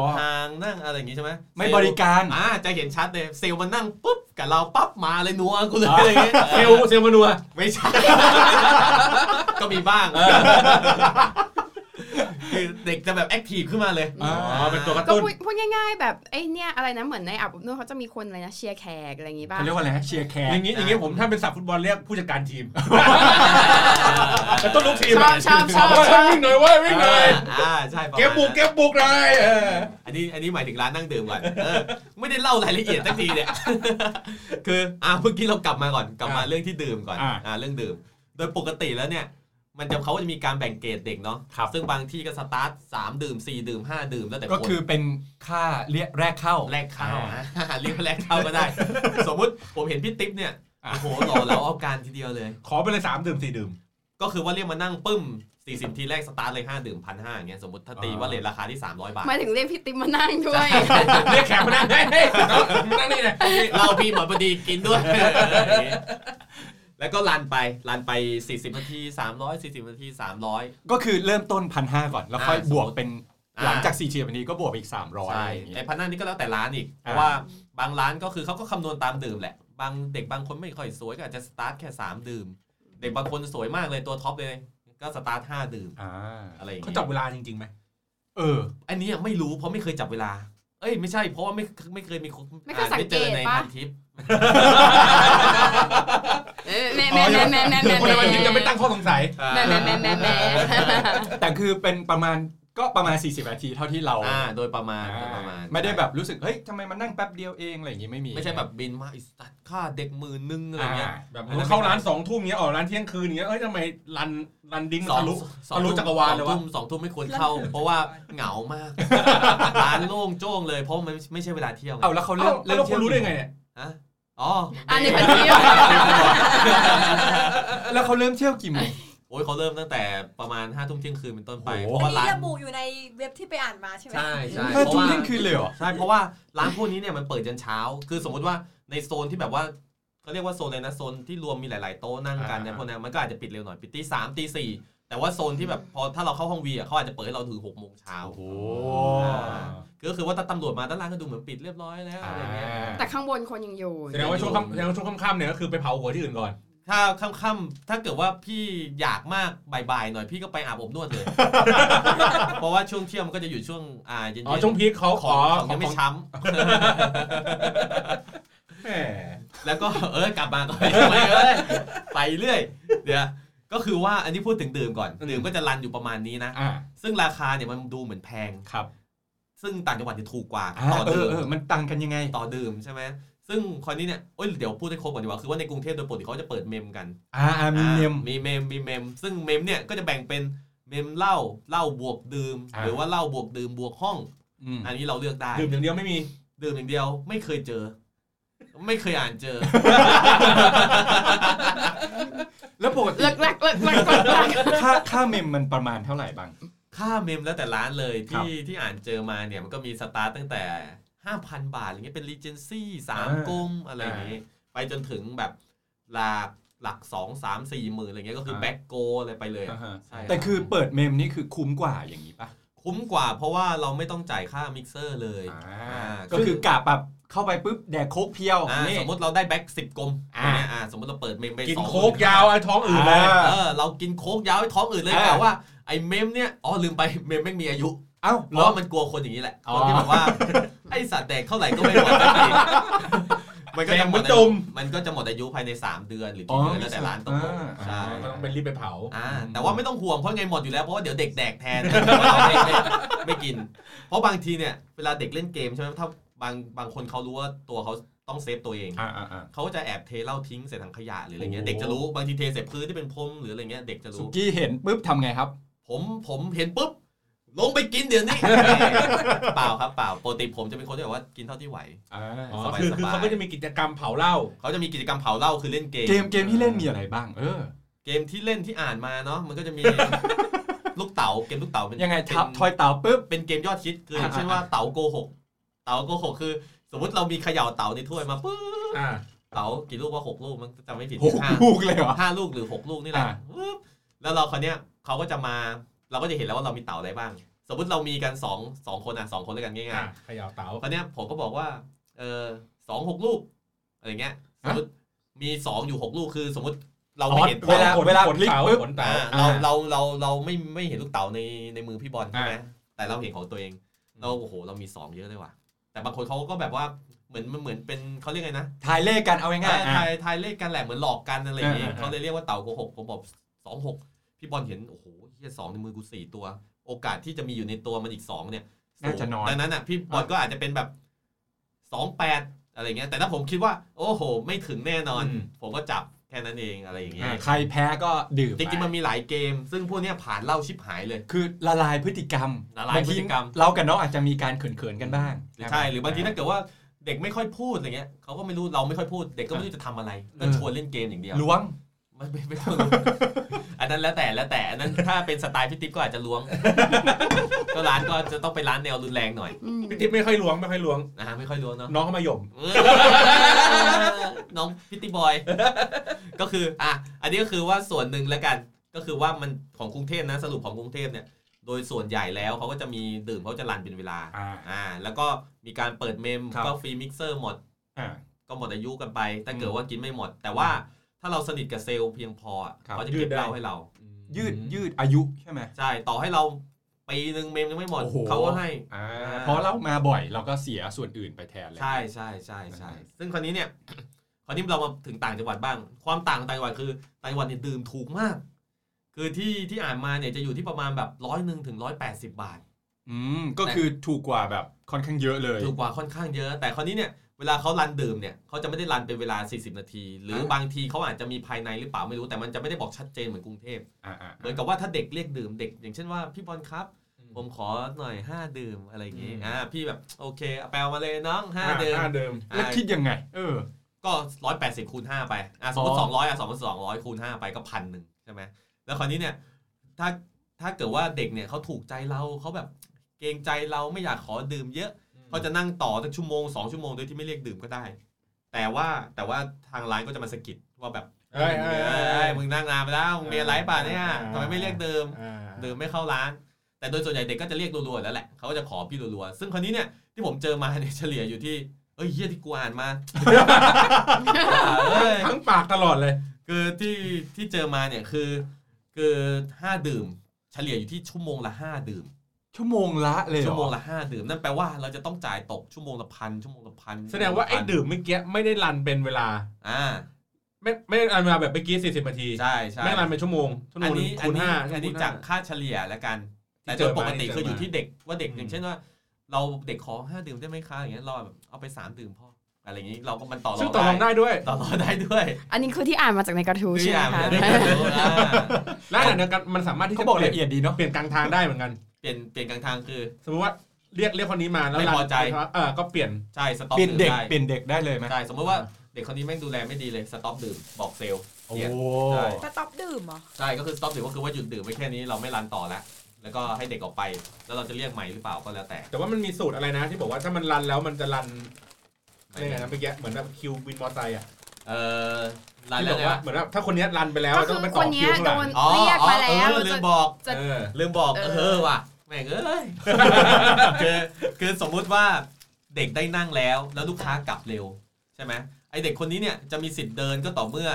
งๆนั่งอะไรอย่างงี้ใช่ไหม ไม่บริการ อ่าจะเห็นชัดเลยเซลล์มันนั่งปุ๊บกับเราปั๊บมาเลยนัวกูเลยอะไรอย่างเงี้ย เซลล์เซลล์มานัว ไม่ใช่ ก็มีบ้าง คือเด็กจะแบบแอคทีฟขึ้นมาเลย อ๋อ เป็นตัวกระ ก็ ตุ้น พูดพูดง่ายๆ แบบไอ้เนี่ยอะไรนะเหมือนในอาบอบนวดเขาจะมีคนอะไรนะเชียร์แขกอะไรอย่างงี้ป่ะ เขาเรียกว่าอะไรนะเชียร์แขก อย่างงี้อย่างงี้ผมถ้าเป็นสับฟุตบอลเรียกผู้จัดการทีมกระตุ้นลูกทีม ชอบชอบชอบ เฮ้ยวิ่งหน่อยเว้ยวิ่งหน่อย อ่าใช่ประมาณ เก็บบุก นั้น เก็บบุกเลยเออ อันนี้อันนี้หมายถึงร้านนั่งดื่มก่อนเออไม่ได้เล่ารายละเอียดสักทีเนี่ย คืออ่าเมื่อกี้เรากลับมาก่อนกลับมาเรื่องที่ดื่มก่อน อ่า อ่าเรื่องดื่ม โดยปกติแล้วเนี่ย มันจะเขาจะมีการแบ่งเกรดเด็กเนาะซึ่งบางที่ก็สตาร์ทสามดื่มสี่ดื่มห้าดื่มแล้วแต่น ก็คือเป็นค่าเรียกแรกเข้า แรกเข้า อ่า อ่า เรียกว่าแรกเข้าก็ได้ สมมุติผมเห็นพี่ติ๊บเนี่ย อ่า โอ้โหหล่อแล้วเอาการทีเดียวเลย ขอไปเลยสามดื่มสี่ดื่ม ก็คือว่าเรียกมานั่งปึ้ม 40 ทีแรกสตาร์ทเลย 5 ดื่มพันห้าอย่างเงี้ยสมมติถ้าตี อ่า ว่าเลทราคาที่ 300 บาท หมายถึงเรียกพี่ติ๊มมานั่งด้วย เรียกแขกมานั่งเฮ้ยเฮ้ยน้องนั่งนี่เลย เราพี่หมอนพอดีกินด้วย แล้วก็รันไปรันไป 40 นาที 300 40 นาที 300 ก็คือเริ่มต้นพันห้าก่อน แล้วค่อย อ่า บวกเป็น อ่า หลังจาก4เทียบันนี้ก็บวกไปอีก 300อะ ใช่ ไรอย่างเงี้ ไอ้ ย พนันนี่ก็แล้วแต่ร้านอีก เพ อ่า ราะว่าบางร้านก็คือเขาก็คำนวณตามดื่มแหละ บางเด็กบางคนไม่ค่อยสวยก็อาจจะสตาร์ทแค่สามดื่ม เด็กบางคนสวยมากเลยตัวท็อปเลย ก็สตาร์ทห้าดื่ม อ่า อะไรอย่าง เขา เงี้ย จับเวลาจริงๆไหม เออ อันนี้ยังไม่รู้เพราะไม่เคยจับเวลา เอ้ยไม่ใช่เพราะว่าไม่ไม่เคยมีคน ไม่เคยสังเกต จอใน ปะ พันทิป เออแม่แม่แม่แม่แม่ เผื่ แม่ อคนในวันนี้จะไม่ตั้งข้อสงสัย แม่แม่แม่แม่แม่ แต่คือเป็นประมาณก็ประมาณ 40นาทีเท่าที่เรา อ่าโดยประมาณ อ่า โดยประมาณ ไม่ได้แบบรู้สึก เฮ้ยทำไมมันนั่งแป๊บเดียวเองอะไรอย่างงี้ไม่มี ไม่ใช่แบบบินมาไอิสตัดค่าเด็กหมื่นนึงอะไรเงี้ย อ่า แบบเข้าร้านสองทุ่มเงี้ยออกร้านเที่ยงคืนเงี้ยเอ้ยทำไมรันรันดิ้งมันทะลุ สอง ทะลุจักรวาลเลยวะ สองทุ่มสองทุ่มไม่ควรเข้า เพราะว่าเหงามากร้านโล่งโจ้งเลยเพราะมันไม่ใช่เวลาเที่ยวไง เอาแล้วเขาเริ่ เอ้าม แล้ว เริ่ม คุณรู้ได้ไงเนี่ย ฮะอ๋อ อันนี้เป็นเที่ยว แล้วเขาเริ่มเที่ยวกี่โมง โอ้ยเขาเริ่มตั้งแต่ประมาณห้าทุ่มเที่ยงคืนเป็นต้นไป โอ้โหเพราะ อั ว่าน ร้า นี้ น ระบุอยู่ในเว็บที่ไปอ่านมาใช่ไหม ใช่ใช่ เธอ เพ จุ่ ราะ ม ว่า เที่ยงคืนเลยเหรอ ใช่เพราะว่าร้านพวกนี้เนี่ยมันเปิดจนเช้า คือสมมติว่าในโซนที่แบบว่าเขาเรียกว่าโซนเลยนะโซนที่รวมมีหลาย ๆ โต๊ะนั่งกันเนี่ย อ่า พวกนั้นมันก็อาจจะปิดเร็วหน่อยปิดตีสามตีสี่แต่ว่าโซนที่แบบพอถ้าเราเข้าห้องวีอ่ะเขาอาจจะเปิดให้เราถึงหกโมงเช้า โอ้โห ก็คือว่าถ้าตำรวจมาด้านล่างก็ดูเหมือนปิดเรียบร้อยแล้วอะไรเงี้ย แต่ข้างบนคนยังอยู่ แสดงว่าช่วงค่ำแสดงว่าช่วงค่ำๆเนี่ยก็คือไปเผาหัวที่อื่นก่อน ถ้าค่ำๆถ้าเกิดว่าพี่อยากมากบ่ายๆหน่อยพี่ก็ไปอาบอบนวดเลย เพราะว่าช่วงเที่ยงมันก็จะอยู่ช่วงอ่าเย็นๆ อ๋อช่วงพีคเขาข ขอ อง ขอของ ง ยั ยัง ง ไม่ ไม่ ชัด ช้ แหม ำ แล้วก็ เออกลับมาก็ไปไปเอ้ยไปเรื่อย เดี๋ยวก็คือว่าอันนี้พูดถึงดื่มก่อนดื่มก็จะรันอยู่ประมาณนี้นะ อ่า ซึ่งราคาเนี่ยมันดูเหมือนแพง ครับ ซึ่งต่างจังหวัดจะถูกกว่า อ่า ต่อ เออ ดื่ม เออมันต่างกันยังไง ต่อดื่มใช่ไหม ซึ่งคนนี้เนี่ยเอ้ยเดี๋ยวพูดให้ครบก่อนดีกว่า คือว่าในกรุงเทพโดยปกติเขาจะเปิดเมมกัน อ่าอ่ามีเนม อ่ามีเมม มีเมม ซึ่งเมมเนี่ยก็จะแบ่งเป็นเมมเหล้า เหล้าบวกดื่ม อ่า หรือว่าเหล้าบวกดื่มบวกห้อง อืม อันนี้เราเลือกได้ ดื่มอย่างเดียวไม่มี ดื่มอย่างเดียวไม่เคยเจอ ไม่เคยอ่านเจอ แล้วปกติ เลิกเลิกเลิกเลิกเลิกเลิก ค่าค่าเมมมันประมาณเท่าไหร่บ้าง ค่าเมมแล้วแต่ร้านเลย ครับ ที่ที่อ่านเจอมาเนี่ยมันก็มีสตาร์ทตั้งแต่ 5,000 บาทอะไรเงี้ยเป็นรีเจนซี่สามกลมอะไรอย่างงี้ ไปจนถึงแบบหลักหลักสองสามสี่หมื่นอะไรเงี้ยก็คือแบ็กโกอะไรไปเลยอะ ใช่รับ แต่คือเปิดเมมนี่คือคุ้มกว่าอย่างนี้ป่ะ คุ้มกว่าเพราะว่าเราไม่ต้องจ่ายค่ามิกเซอร์เลย อ่าก็คือกะปรับเข้าไปปุ๊บแดกโคกเพียว อ่า นี่ สมมติเราได้แบ็กสิบกลม อ่า เนี่ยอ่าสมมติเราเปิดเมมไป กิน สอง โคกยาวไอ้ท้องอื่นเลย อ่า เออเรากินโค้กยาวไอ้ท้องอื่นเลย อ่า แต่ว่าไอ้เมมเนี่ยอ๋อลืมไปเมมไม่งมีอายุ เอ้า เพ แล้ ราะ ว ว่ามันกลัวคนอย่างนี้แหละ อ๋อ คนที่ แบบว่า ไอ้สัตว์แดกเท่าไหร่ก็ไม่หมดสักทีมันก็จะหมด แดกมันจม มันก็จะหมดอายุภายใน 3 เดือนหรือ อ๋อ กี่เดือนแล้วแต่ร้านตกลง อ่า ใช่ ก็ต้องไปรีบไปเผา อ่าแต่ว่าไม่ต้องห่วงเพราะไงหมดอยู่แล้วเพราะว่าเดี๋ยวเด็กแดกแทนเราไม่ไม่ไม่กิน เพราะบางทีเนี่ยเวลาเด็กเล่นเกมใช่ไหมถ้าบางบางคนเขารู้ว่าตัวเขาต้องเซฟตัวเอง อ่าอ่าอ่า เขาก็จะแอบเทเหล้าทิ้งใส่ถังขยะหรืออะไรเงี้ย โอ้ เด็กจะรู้บางทีเทใส่พื้นที่เป็นพรมหรืออะไรเงี้ยเด็กจะ สุ รู้ กี้เห็นปุ๊บทำไงครับ ผมผมเห็นปุ๊บ ลงไปกินเดี๋ยว นี้ เปล่าครับเปล่าปกติผมจะเป็นคนที่แบบว่ากินเท่าที่ไหว อ่า อ๋อ สบาย คือ สบาย คือเขาก็จะมีกิจกรรมเผาเหล้า เขาจะมีกิจกรรมเผาเหล้าคือเล่นเกม เกมเกมที่เล่นมีอะไรบ้าง เออ เกมที่เล่นที่อ่านมาเนาะมันก็ จะมี ลูกเต๋าเกมลูกเต๋าเป็น ยังไง เป็น ทับทอยเต่าปุ๊บ เป็นเกมยอดฮิตคืออย่าง อ่า เช่นว่าเต๋าโกหกเต๋าโกหกคือ สมมติเรามีเขย่าเต๋าในถ้วยมาปุ๊บ อ่า เต๋ากี่ลูกว่าหกลูกมันจำไม่ผิด โอ้โห ห้า ลูกเลยเหรอ ห้าลูกหรือหกลูกนี่แหละ อ่า ปึ๊บแล้วเราคนเนี้ยเขาก็จะมาเราก็จะเห็นแล้วว่าเรามีเต่าอะไรบ้าง สมมติเรามีกันสองสองคนอ่ะสองคนด้วยกัน อ่า ง่าย เขย่าเต๋า ๆคนเนี้ยผมก็บอกว่าเออสองหกลูกอะไรเงี้ยสมมติมีสองอยู่หกลูกคือ สมมติเราไม่เห็น เวลา ขน เวลา ขนเต๋า พลิกปุ๊บ ขนเต๋า อ่าเราเราเราเราไม่ไม่เห็นลูกเต่าในในมือพี่บอลใช่ไหมแต่เราเห็นของตัวเองเราโอ้โหเรามีสองเยอะเลยว่ะ แต่บางคนเขาก็แบบว่าเหมือนมันเหมือนเป็นเขาเรียกไงนะ ทายเลขกันเอาง่ายๆ ทา อ่ะ ยทายเลขกันแหละเหมือนหลอกกันอะไรอย่างงี้ อ่าอ่า เขาเลยเรียกว่าเต่าโกหกผมบอกสองหกพี่บอลเห็นโอ้โหเฮียสองในมือกูสี่ตัว โอกาสที่จะมีอยู่ในตัวมันอีกสองเนี่ย น่าจะน้อย ดังนั้นอ่ะพี่บอลก็อาจจะเป็นแบบสองแปดอะไรเงี้ยแต่ถ้าผมคิดว่า โอ้โห ไม่ถึงแน่นอน อืม ผมก็จับแค่นั้นเองอะไรอย่างเงี้ อ่าย ใครแพ้ก็ดื่ม จริงๆ ไป มันมีหลายเกม ซึ่งพวกเนี้ยผ่านเหล่าชิบหายเลย คือละลายพฤติกรรม ละลาย บง พฤติกรรม เรากับน้องอาจจะมีการเขินๆกันบ้าง หรือใช่หรือบางทีถ้าเกิดว่าเด็กไม่ค่อยพูดอะไรเงี้ยเขาก็ไม่รู้เราไม่ค่อยพูด เด็กก็ไม่รู้จะทำอะไรก็ เออ ชวนเล่นเกมอย่างเดียว ล้วง ไม่ไม่ไม่ต้องล้วง อันนั้นแล้วแต่แล้วแต่อันนั้นถ้าเป็นสไตล์พี่ติ๊บก็อาจจะล้วง ก็ร้านก็จะต้องไปร้านแนวรุนแรงหน่อย อืม พี่ติ๊บไม่ค่อยล้วงไม่ค่อยล้วง นะฮะไม่ค่อยล้วงเนาะ น้องเขามาหย่ม น้องพิตตี้บอย ก็คืออ่ะอันนี้ก็คือว่าส่วนหนึ่งแล้วกัน ก็คือว่ามันของกรุงเทพนะสรุปของกรุงเทพเนี่ย โ โดยส่วนใหญ่แล้วเขาก็จะมีดื่มเขาจะรันเป็นเวลา อ่า อ่าแล้วก็มีการเปิดเมม ครับ ก็ฟรีมิกเซอร์หมด อ่า ก็หมดอายุกันไป แต่ อืม เกิดว่ากินไม่หมด แต่ว่าถ้าเราสนิทกับเซลล์เพียงพออ่ะ ครับ เขาจะเก็บเหล้าให้เรา ยืดยืดอายุใช่ไหม ใช่ ต่อให้เราปีหนึ่งเมมยังไม่หมด โอ้โห เขาก็ให้ อ่า อ่า เพราะเรามาบ่อยเราก็เสียส่วนอื่นไปแทนเลย ใช่ใช่ใช่ใช่ นะฮะ ซึ่งคราวนี้เนี่ย คราวนี้เรามาถึงต่างจังหวัดบ้าง ความต่างของต่างจังหวัดคือต่างจังหวัดเนี่ยดื่มถูกมาก คือที่ที่อ่านมาเนี่ยจะอยู่ที่ประมาณแบบร้อยหนึ่งถึงร้อยแปดสิบบาท อืมก็คือถูกกว่าแบบค่อนข้างเยอะเลย ถูกกว่าค่อนข้างเยอะ แต่คราวนี้เนี่ยเวลาเขารันดื่มเนี่ยเขาจะไม่ได้รันเป็นเวลา 40 นาที หรือ ฮะ บางทีเขาอาจจะมีภายในหรือเปล่าไม่รู้ แต่มันจะไม่ได้บอกชัดเจนเหมือนกรุงเทพ อ่าอ่า เหมือนกับว่าถ้าเด็กเรียกดื่มเด็ก อย่างเช่นว่าพี่บอลครับ ผมขอหน่อยห้าดื่มอะไรอย่างงี้ อืม อ่าพี่แบบโอเคเอาแปลมาเลยน้องห้า ห้าเดิ ดื่ ม ม ห้าเดิม แล้ว อ่า คิดยังไง เออ ก็ร้อยแปดสิบคูณห้าไปอ่าสมมติ อ๋ ส อ องร้อยอ่ะสมมติสองร้อยคูณห้าไปก็พันหนึ่งใช่ไหมแล้วคราวนี้เนี่ยถ้าถ้าเกิดว่าเด็กเนี่ยเขาถูกใจเราเขาแบบเกรงใจเราไม่อยากขอดื่มเยอะเขาจะนั่งต่อตั้งชั่วโมงสองชั่วโมงโดยที่ไม่เรียกดื่มก็ได้ แต่ว่าแต่ว่าทางร้านก็จะมาสะกิดว่าแบบ เอ้ยเอ้ยเอ้ย เอ้ยมึงนั่งนานไปแล้วมึงมีอะไรป่ะเนี่ย อ่า ทำไมไม่เรียกดื่ม อ่า ดื่มไม่เข้าร้าน แต่โดยส่วนใหญ่เด็กก็จะเรียกรัวๆแล้วแหละเขาก็จะขอพี่รัวๆซึ่งคราวนี้เนี่ยที่ผมเจอมาเนี่ยเฉลี่ยอยู่ที่เอ้ยเฮียที่กูอ่าน มา เอ้ย ทั้งปากตลอดเลย คือที่ที่เจอมาเนี่ยคือคือห้าดื่ม เฉลี่ยอยู่ที่ชั่วโมงละห้าดื่ม ชั่วโมงละเลยเหรอ ชั่วโมงละห้าดื่มนั่นแปลว่าเราจะต้องจ่ายตกชั่วโมงละพันชั่วโมงละพัน แสดงว่าไอ้ดื่มเมื่อกี้ไม่ได้รันเป็นเวลา อ่า ไม่ไม่ได้รันเวลาแบบเมื่อกี้สี่สิบนาที ใช่ใช่ ไม่รันเป็นชั่วโมงชั่วโม อัน งหนึ่ นี้ ง อั คู น ณ นี้ ห้า อันนี้ คูณห้า จากค่าเฉลี่ยละกัน ที่ แต่ เจอโดย มา ปกติ ที่เจอ คืออยู่ มา ที่เด็กว่าเด็ก อืม อย่างเช่นว่า เราเด็กขอห้าดื่มได้ไหมคะอย่างเงี้ยเราแบบเอาไปสามดื่มพ่ออะไรอย่างงี้เราก็มันต่อร ซึ่ง อง ต่อรองได้ด้วย ต่อรองได้ด้วย อันนี้คือที่อ่านมาจากในกระทู้ใช่ไหม อ่าน คะ ได้ด้วยอ่า และอันเดียวกันมันสามารถที่ เขา จะ บอก เปลี่ย ละ น เอียดดีเนาะ เปลี่ยนกลางทางได้เหมือนกัน เปลี่ยนเปลี่ยนกลางทางคือ สมมติว่าเรียกเรียกคนนี้มาแล้ว ไม่ รัน พอใจ เออก็เปลี่ยน ใช่สต็อป เปลี่ยน ดื่ม เด็ก ได้ เปลี่ยนเด็กได้เลยไหม ใช่สมมติว่าเด็กคนนี้แม่งดูแลไม่ดีเลยสต็อปดื่มบอกเซลล์ โอ้ ใช่ สต็อปดื่มเหรอ ใช่ก็คือสต็อปดื่มก็คือว่าหยุดดื่มไปแค่นี้เราไม่รันต่อแล้วแล้วก็ให้เด็กออกไป แล้วเราจะเรียกใหม่หรือเปล่าก็แล้วแต่ แต่ว่ามันมีสูตรอะไรนะ ที่บอกว่าถ้ามันรันแล้วมันจะรันอะไรนะเมื่อกี้เหมือนแบบคิววินมอเตอร์ไซค์อ่ะ เออรัน ที่ แล้ บอวกว่าวไงะ เหมือนแบบถ้าคนเนี้ยรันไปแล้ว ก็ ต้องคือ ไป ค ต่อน คิวยเนี้ข้างห โด ลัง น อ๋อ เรียก อ๋อ มาแล้ เอ ว อลื จะ มบอก จะ เออ ลืมบอก เอ เอ อ อว่ะแม่งเอ้ ย คือคือสมมุติว่าเด็กได้นั่งแล้วแล้วลูกค้ากลับเร็วใช่ไหมไอเด็กคนนี้เนี่ยจะมีสิทธิ์เดินก็ต่อเมื่อ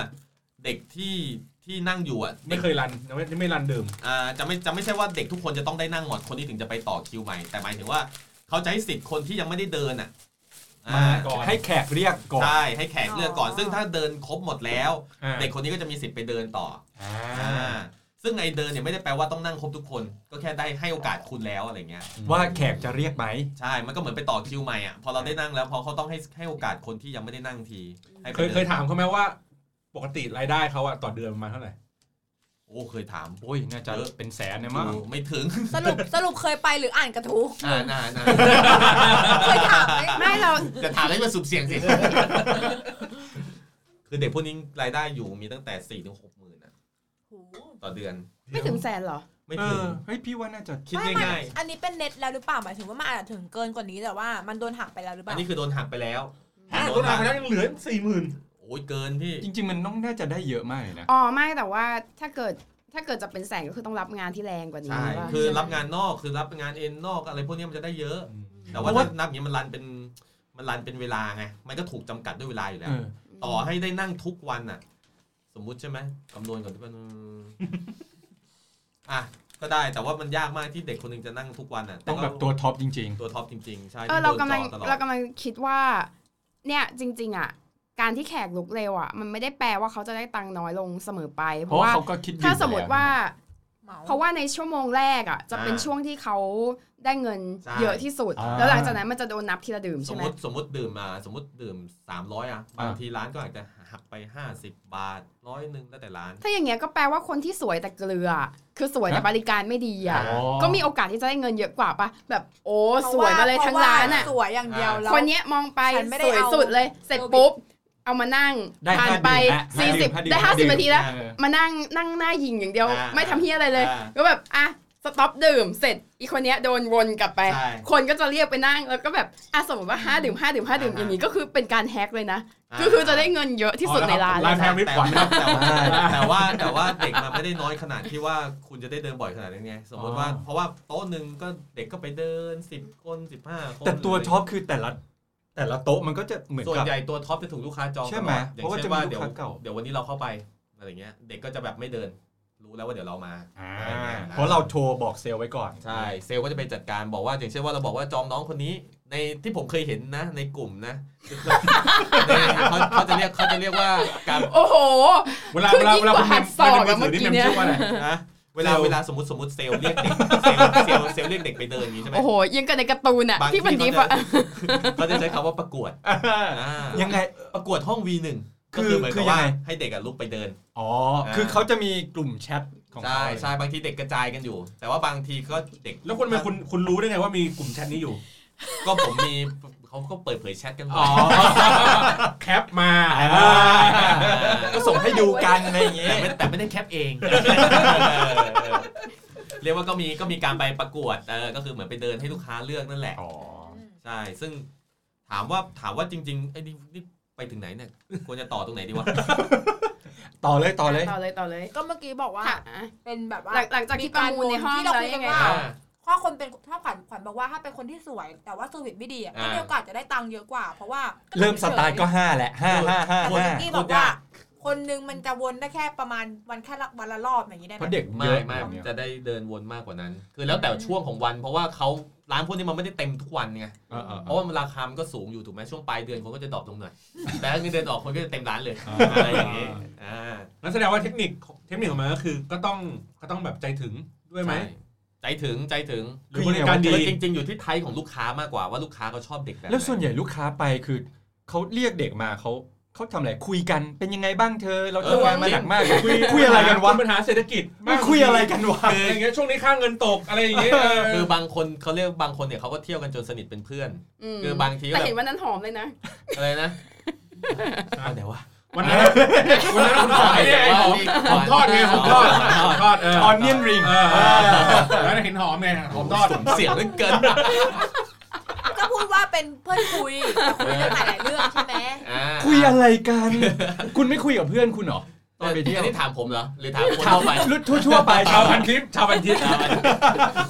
เด็กที่ที่นั่งอยู่อ่ะ ไม่เคยรันยังไม่ยังไม่รันดื่ม อ่าจะไม่จะไม่ใช่ว่าเด็กทุกคนจะต้องได้นั่งหมดคนนี้ถึงจะไปต่อคิวใหม่แต่หมายถึงว่าเขาจะให้สิทธิ์คนที่ยังไม่ได้เดินอ่ะ มา อ่า ก่อนให้แขกเรียกก่อน ใช่ให้แขกเลือกก่อน อ๋อ ซึ่งถ้าเดินครบหมดแล้ว อ่า เด็กคนนี้ก็จะมีสิทธิ์ไปเดินต่อ อ่า อ่าซึ่งไอเดินเนี่ยไม่ได้แปลว่าต้องนั่งครบทุกคน ก็แค่ได้ให้โอกาสคุณแล้วอะไรเงี้ย ว่าแขกจะเรียกไหม ใช่ มันก็เหมือนไปต่อคิวใหม่อ่ะ พอเราได้นั่งแล้วพอเขาต้องให้ให้โอกาสคนที่ยังไม่ได้นั่งทีให้ไป เคยเคยถามเขาไหมว่า ปกติรายได้เขาอะต่อเดือนประมาณเท่าไหร่ โอ้เคยถาม โอ้ย น่าจะเป็นแสนเนี่ยมั้ง โอ้ไม่ ถึง สรุปสรุปเคยไปหรืออ่านกระทู้ อ่าน่าน่า เคยถามไหม ไม่เรา จะถามให้มันสุบเสียงสิ คือเด็กพวกนี้รายได้อยู่มีตั้งแต่สี่ถึงหกหมื่นอ่ะ ต่อเดือน ไม่ถึงแสนเหรอ ไม่ เอ ถึง อ เฮ้ย พี่ว่าน่าจะ คิด ไม่ไม่ ง่าย อันนี้เป็นเน็ตแล้วหรือเปล่าหมายถึงว่ามันอาจจะถึงเกินกว่านี้แต่ว่ามันโดนหักไปแล้วหรืๆอเป อัน ล่า นี้คือโดนหักไปแล้ว ฮะลดราคาแล้วยังเหลือสี่หมื่น โอ้ยเกินพี่ จริง ๆ มันต้องน่าจะได้เยอะมากเลยนะ อ๋อไม่แต่ว่าถ้าเกิดถ้าเกิดจะเป็นแสนก็คือต้องรับงานที่แรงกว่านี้ ใช่ ป่ะ คือรับงานนอกคือรับงานเอ็นนอกอะไรพวกนี้มันจะได้เยอะ แต่ว่า เพราะว่า ถ้านับอย่างนี้มันรันเป็นมันรันเป็นเวลาไง มันก็ถูกจำกัดด้วยเวลาอยู่แล้ว เออ ต่อให้ได้นั่งทุกวันอ่ะ สมมุติใช่ไหมคำนวณก่อนที่มันอ่ะก็ได้แต่ว่ามันยากมากที่เด็กคนหนึงจะนั่งทุกวันอ่ะ ต้อง ก็ แบบตัวท็อปจริง ตัวท็อปจริง ๆ ใช่ เออเรา ที่ กำลัง โดนจ่อตลอ เรา ด กำลังคิดว่า เนี่ยจริง ๆ อ่ะ การที่แขกลุกเร็วอ่ะ มันไม่ได้แปลว่าเขาจะได้ตังค์น้อยลงเสมอไป ๆ เพ เพ ราะ ราะ ว่า เขาก็คิดดี ถ้าสมมติว่า เหมา เพราะว่าในชั่วโมงแรกอ่ะ จะเป็นช่วงที่เขาได้เงินเยอะที่สุด แล้วหลังจากนั้นมันจะโดนนับทีละดื่ม ส ใช่ ม ไหม มติสมมติดื่มมาสมมติดื่ม 300 อ่ะ บางทีร้านก็อาจจะหักไป 50 บาทร้อยหนึ่งแล้วแต่ร้าน ถ้าอย่างเงี้ยก็แปลว่าคนที่สวยแต่เกลือ คือสวยแต่บริการไม่ดีอ่ะ อ๋อ ก็มีโอกาสที่จะได้เงินเยอะกว่าปะแบบโอ้สวยมาเลยทั้งร้านอ่ะ เพว่สวยอย่างเดียวแล้ว คนเนี้ยมองไป ฉันไม่ได้ สวย เอา สุดเลย เสร็จปุ๊บ เอามานั่ง ได้ ผ่าน ห้า ไป ดื่มละ สี่สิบ ห้าดื่ม ได้ห้าสิบนาทีแล้ว เออ มานั่งนั่งหน้าหยิงอย่างเดียว อ่า ไม่ทำเฮียอะไรเลย อ่า ก็แบบ อ่ะ สต็อปดื่มเสร็จอีกคนเนี้ยโดนวนกลับไป ใช่ คนก็จะเรียกไปนั่งแล้วก็แบบอ่ะสมมติว่าห้าดื่มห้าดื่มห้าดื่ม อ่า อย่างนี้ก็คือเป็นการแฮกเลยนะ อ่า ก็คือจะได้เงินเยอะที่สุดในร้าน ร้าน เลย แพ นะ งไม่ขวัญครับ แต่ว่าแต่ว่าแต่ว่าเด็กมันไม่ได้น้อยขนาดที่ว่าคุณจะได้เดินบ่อยขนาดนี้นไง สมมติว่า อ๋อ เพราะว่าโต๊ะหนึ่งก็เด็กก็ไปเดิน 10 คน 15 คน แต่ตัว หรืะไร ท็อปคือแต่ละแต่ละโต๊ะมันก็จะเหมือน ส่วน กับ ใหญ่ตัวท็อปจะถูกลูกค้าจอง ใช่ไหม ตลอดอย่า เพ ง ราะว่า เช่ จะมีลูกนว่าเดี๋ยว ค้าเก่า เดี๋ยววันนี้เราเข้าไปอะไรอย่างเงี้ย เด็กก็จะแบบไม่เดิน รู้แล้วว่าเดี๋ยวเรามา อ่า อะไรอย่งงี้ย เพราะเราโทรบอกเซลล์ไว้ก่อน ใช่เซลล์ก็จะไปจัดการบอกว่าอย่างเช่นว่าเราบอกว่าจองน้องคนนี้ ในที่ผมเคยเห็นนะ ในกลุ่ม นะคือเขาเขาเขาจะเรียกเขาจะเรียกว่าการ โอ้โห เวลา คือ เวลา ยิ่ง เวลาก ว่า คุณเมม หัดสอบ คุณเมมมือถือะอนี่เมมเมื่อกี้ ชื่อว่าอะไร นะ เวลา เซลล์ เวลาสมมติสมมติเซลล์เรียกเด็กเซลล์เซลล์เซลล์เรียกเด็กไปเดินอย่างนี้ใช่ ไหม โอ้โหยังกันในการ์ตูนอะ บาง ที่มันดี ที่ ฟอะ เขาจะเขาจะใช้คำว่าประกวดอ่า ยังไง ประกวดห้อง V1 คื ก็ อ คือเหมือน คื กั อบ ยัง ว่า ไง ให้เด็กอะลุกไปเดิน อ๋อ อ่า คือเขาจะมีกลุ่มแชทของเขา ใช่ใช่บางทีเด็กกระจายกันอยู่ แต่ว่าบางทีก็เด็ก แล้วคุณเป็นคุณคุณรู้ได้ไงว่ามีกลุ่มแชทนี้อยู่ ก็ผมมีเขาก็เปิดเผยแชทกันหมด อ๋อ แคปมา อ่าก็ส่งให้ดู กันอะไรอย่างเงี้ย แต่ไม่แต่ไม่ได้แคปเอง เรียกว่าก็มีก็มีการไปประกวดเออก็คือเหมือนไปเดินให้ลูกค้าเลือกนั่นแหละ อ๋อ ใช่ ซึ่งถามว่าถามว่าจริงๆไอ้ยนี่นี่ไปถึงไหนเนี่ย ควรจะต่อตรงไหนดีวะ ต่อเลยต่อเลย ต่อเลยต่อเลย ก็เมื่อกี้บอกว่า ค่ะ เป็นแบบว่า หลังหลังจากที่ประมูลในห้อง มีแล้วการโอนที่เราคุยกั ยั น งไง ว่า ต่อ ข้อคนเป็นถ้าขวัญขวัญบอกว่าถ้าเป็นคนที่สวย แต่ว่าสวิตไม่ดีอะ อ่า ก็มีโอกาสจะได้ตังค์เยอะกว่า เพราะว่า เริ่มสไตล์ก็ห้าแหละห้าห้าห้า แต่คน ห้า ที่บอกว่า คนหนึงมันจะวนได้แค่ประมาณวันแค่ละวันละรอบอย่างนี้ได้ไห เพ ม ราะเด็กเย ไม่ อะ ไม่ แบบเนี้ย จะได้เดินวนมากกว่านั้น คือแล้วแต่ช่วงของวัน เพราะว่าเขาร้านพวกนี้มันไม่ได้เต็มทุกวันไง เออเออ เพ เอ ราะ อ ว่ามันราคามันก็สูงอยู่ถูกไหมช่วงปลายเดือนคนก็จะดรอปลงหน่อย แต่ถ้าเงินเดือนออกคนก็จะเต็มร้านเลย อ่า อะไรอย่างงี้อ่า นั่นแสดงว่าเทคนิคเทคนิคของมันก็คือก็ต้องก็ต้องแบบใจถึงด้วยไหม ใจถึงใจถึง หรือบริการดี คือจริง ๆ อยู่ที่ไทยของลูกค้ามากกว่าว่าลูกค้าเขาชอบเด็กแบบไ แล้วส่วนใหญ่ลูกค้าไปคือเขาเรียกเด็กมาเขาเขาทำอะไรคุยกันเป็นยังไงบ้างเธอ เรา เอ จะ อ วางมาหนักมากคุยคุยอะไรกันวะ ปัญหาเศรษฐกิจ ไม่คุยอะไรกันวะ อะไรอย่างเงี้ยช่วงนี้ค่าเงินตกอะไรอย่างเงี้ยเออ คือบางคนเขาเรียกบางคนเนี่ยเขาก็เที่ยวกันจนสนิทเป็นเพื่อน ม คือบางทีก็ แต่ แบบ เห็นวันนั้นหอมเลยนะ อะไรนะ อ่ะ เดี๋ยวว่า วันนั้นวันนั้นคุณขายเนี่ยไอ้หอมหอมทอดไงหอมทอดหอมทอดเออ Onion ring เออเออแล้วเห็นหอมไงหอมทอด เสียงเหลือเกิน ก็พูดว่าเป็นเพื่อนคุยแต่คุยเรื่องหลายๆเรื่องใช่ไหม อ่า คุยอะไรกัน คุณไม่คุยกับเพื่อนคุณเหรอตอนไปเที่ยว อันนี้ถามผมเหรอหรือถามคนทั่วไป รุ่นทั่วๆไป ชา ชาว ว พั พั น น ทิพย์ชาวพันทิพย์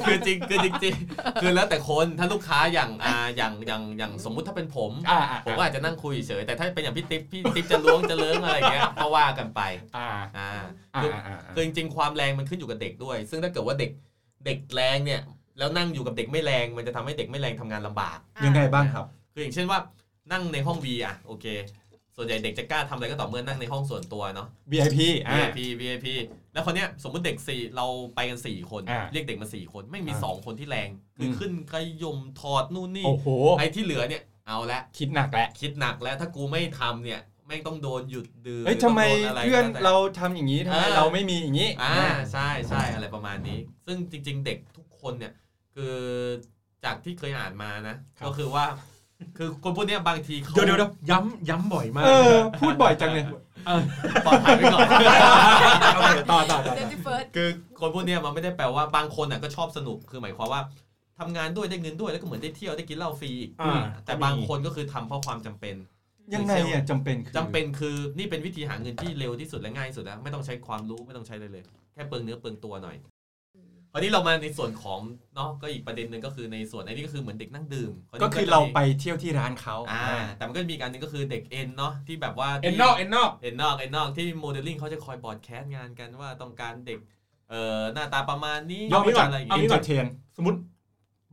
คือจริงคือจริงๆคือแล้วแต่คนถ้าลูกค้าอย่างอ่าอย่างอย่างอย่างสมมุติถ้าเป็นผม อ่า ผมก็อาจจะนั่งคุยเฉยแต่ถ้าเป็นอย่างพี่ติ๊บพี่ติ๊บจะล้วงจะเลิ้งอะไรอย่างเงี้ยก็ว่ากันไป อ่า อ่า อ่าอ่า คือจริงๆความแรงมันขึ้นอยู่กับเด็กด้วย ซึ่งถ้าเกิดว่าเด็กเด็กแรงเนี่ย แล้วนั่งอยู่กับเด็กไม่แรง มันจะทำให้เด็กไม่แรงทำงานลำบาก ยังไงบ้างครับ คืออย่างเช่นว่านั่งในห้อง V อ่ะโอเค ส่วนใหญ่เด็กจะกล้าทำอะไรก็ต่อเมื่อนั่งในห้องส่วนตัวเนาะ VIP อ่า VIP VIP แล้วคนเนี้ยสมมุติเด็กสี่เราไปกันสี่คน อ่ะ เรียกเด็กมาสี่คนไม่มี อ่ะ สองคนที่แรงคืออ ม ขึ้นกระยมถอดนู่นนี่ โอ้โห ไอ้ที่เหลือเนี่ยเอาละ คิดหนักแหละ คิดหนักแล้วถ้ากูไม่ทำเนี่ยแม่งต้องโดนหยุดดื่ม เฮ้ยทำไม ต้องโดะรก็ เพื่อน แล้วแต่ เราทำอย่างนี้ทำไม อ่า เราไม่มีอย่างนี้ อ่าใช่ใช่อะไรประมาณนี้ ซึ่งจริง ๆ เด็กทุกคนเนี่ย คือจากที่เคยอ่านมานะ ก็คือว่า คือคนพวกเนี้ยบางทีเขา เดี๋ยวเดี๋ยวเดี๋ยวย้ำย้ำบ่อยมาก เออ พูดบ่อยจังเลย ปลอดภัยไว้ก่อน โอเคต่อต่อต่อ Dirty First คือคนพวกเนี้ยมันไม่ได้แปลว่าบางคนอ่ะก็ชอบสนุกคือหมายความว่าทำงานด้วยได้เงินด้วยแล้วก็เหมือนได้เที่ยวได้กินเหล้าฟรีอีก อ่า แต่บางคนก็คือทำเพราะความจำเป็น ยังไงอ่ะจำเป็นคือ จำเป็นคือนี่เป็นวิธีหาเงินที่เร็วที่สุดและง่ายที่สุดนะไม่ต้องใช้ความรู้ไม่ต้องใช้เลยเลย แค่เปลืองเนื้อเปลืองตัวหน่อยคราวนี้เรามาในส่วนของเนาะก็อีกประเด็นหนึ่งก็คือในส่วนไอ้นี่ก็คือเหมือนเด็กนั่งดื่มวนี้ ก็คือ จะมี เราไปเที่ยวที่ร้านเขา อ่าแต่มันก็มีอีกอันหนึงก็คือเด็กเอ็นเนาะที่แบบว่า เอ็นนอกเอ็นนอก เอ็นนอกเอ็นนอกที่โมเดลลิ่งเขาจะคอยบอร์ดแคสต์งานกันว่าต้องการเด็กเอ่อหน้าตาประมาณนี้ เอาไว้ก่อน ไรอย่าง เอ็ เงี้ย นเตอร์เทน สมมติ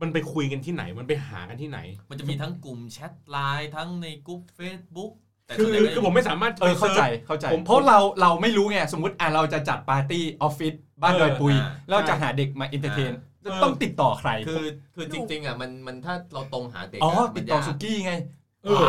มันไปคุยกันที่ไหนมันไปหากันที่ไหน มันจะมีทั้งกลุ่มแชทไลน์ทั้งในกลุ่ม Facebook แต่ คื ส่ อ วนใหญ่ก็ คือผมไม่สามารถ เออเข้าใจ ไป เข้าใจ ผม เพราะเราเราไม่รู้ไงสมมติอ่ะเราจะจัดปาร์ตี้ออฟฟิศบ้าน เออ ดอยปุย อ่า เราจะหาเด็กมาเอนเตอร์เทน เออ ต้องติดต่อใคร คือคือจริงๆอ่ะมันมันถ้าเราตรงหาเด็ก อ๋อ อะมั ติดต่อยนาก สุกี้ไง เออ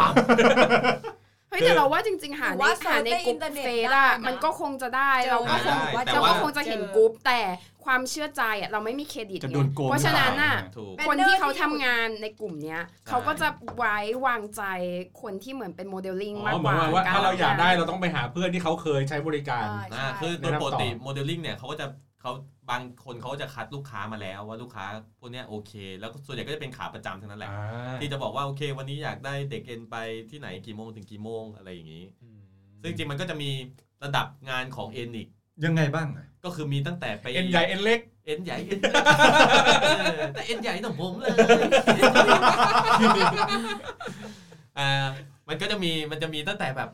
เฮ้ยแต่เราว่าจริงๆ หา หรื ใน อว่า หาในกเซิร์ชในอิ ลุ่ม นเทอร์เน็ต เฟซ ได้ อะ นะ มันก็คงจะได้ เจอ เราก็คง ได้ ว่า แต่ เรา ว่า ก็คงจะเห็นกรุ๊ปแต่ความเชื่อใจอะเราไม่มีเครดิต จะ ไง โดนโกง เพราะฉะนั้นอะ ถูก คนที่เขาทำงานในกลุ่มเนี้ย ใช่ เขาก็จะไว้วางใจคนที่เหมือนเป็นโมเดลลิ่ง อ๋ มาก อเห ก มือน ว่า ว่าว่าถ้าเราอยากได้เรา ร ต้องไปหาเพื่อนที่เขาเคยใช้บริการ ใช่ อ่า ใช่ คือโดยปกติ แนะนำต่อ โมเดลลิ่งเนี่ยเขาก็จะ เขาบางคนเขาจะคัดลูกค้ามาแล้วว่าลูกค้าพวกเนี้ยโอเค แล้วก็ส่วนใหญ่ก็จะเป็นขาประจำทั้งนั้นแหละ อ่า ที่จะบอกว่าโอเค วันนี้อยากได้เด็กเอ็นไปที่ไหนกี่โมงถึงกี่โมงอะไรอย่างนี้ ซึ่งจริงมันก็จะมีระดับงานของเอ็นอีก ยังไงบ้างอะ ก็คือมีตั้งแต่ไป เอ็นใหญ่เอ็นเล็ก เอ็นใหญ่เอ็น แต่เอ็นใหญ่หน่องผม เลยอ่ามันก็จะมีมันจะมีตั้งแต่แบบ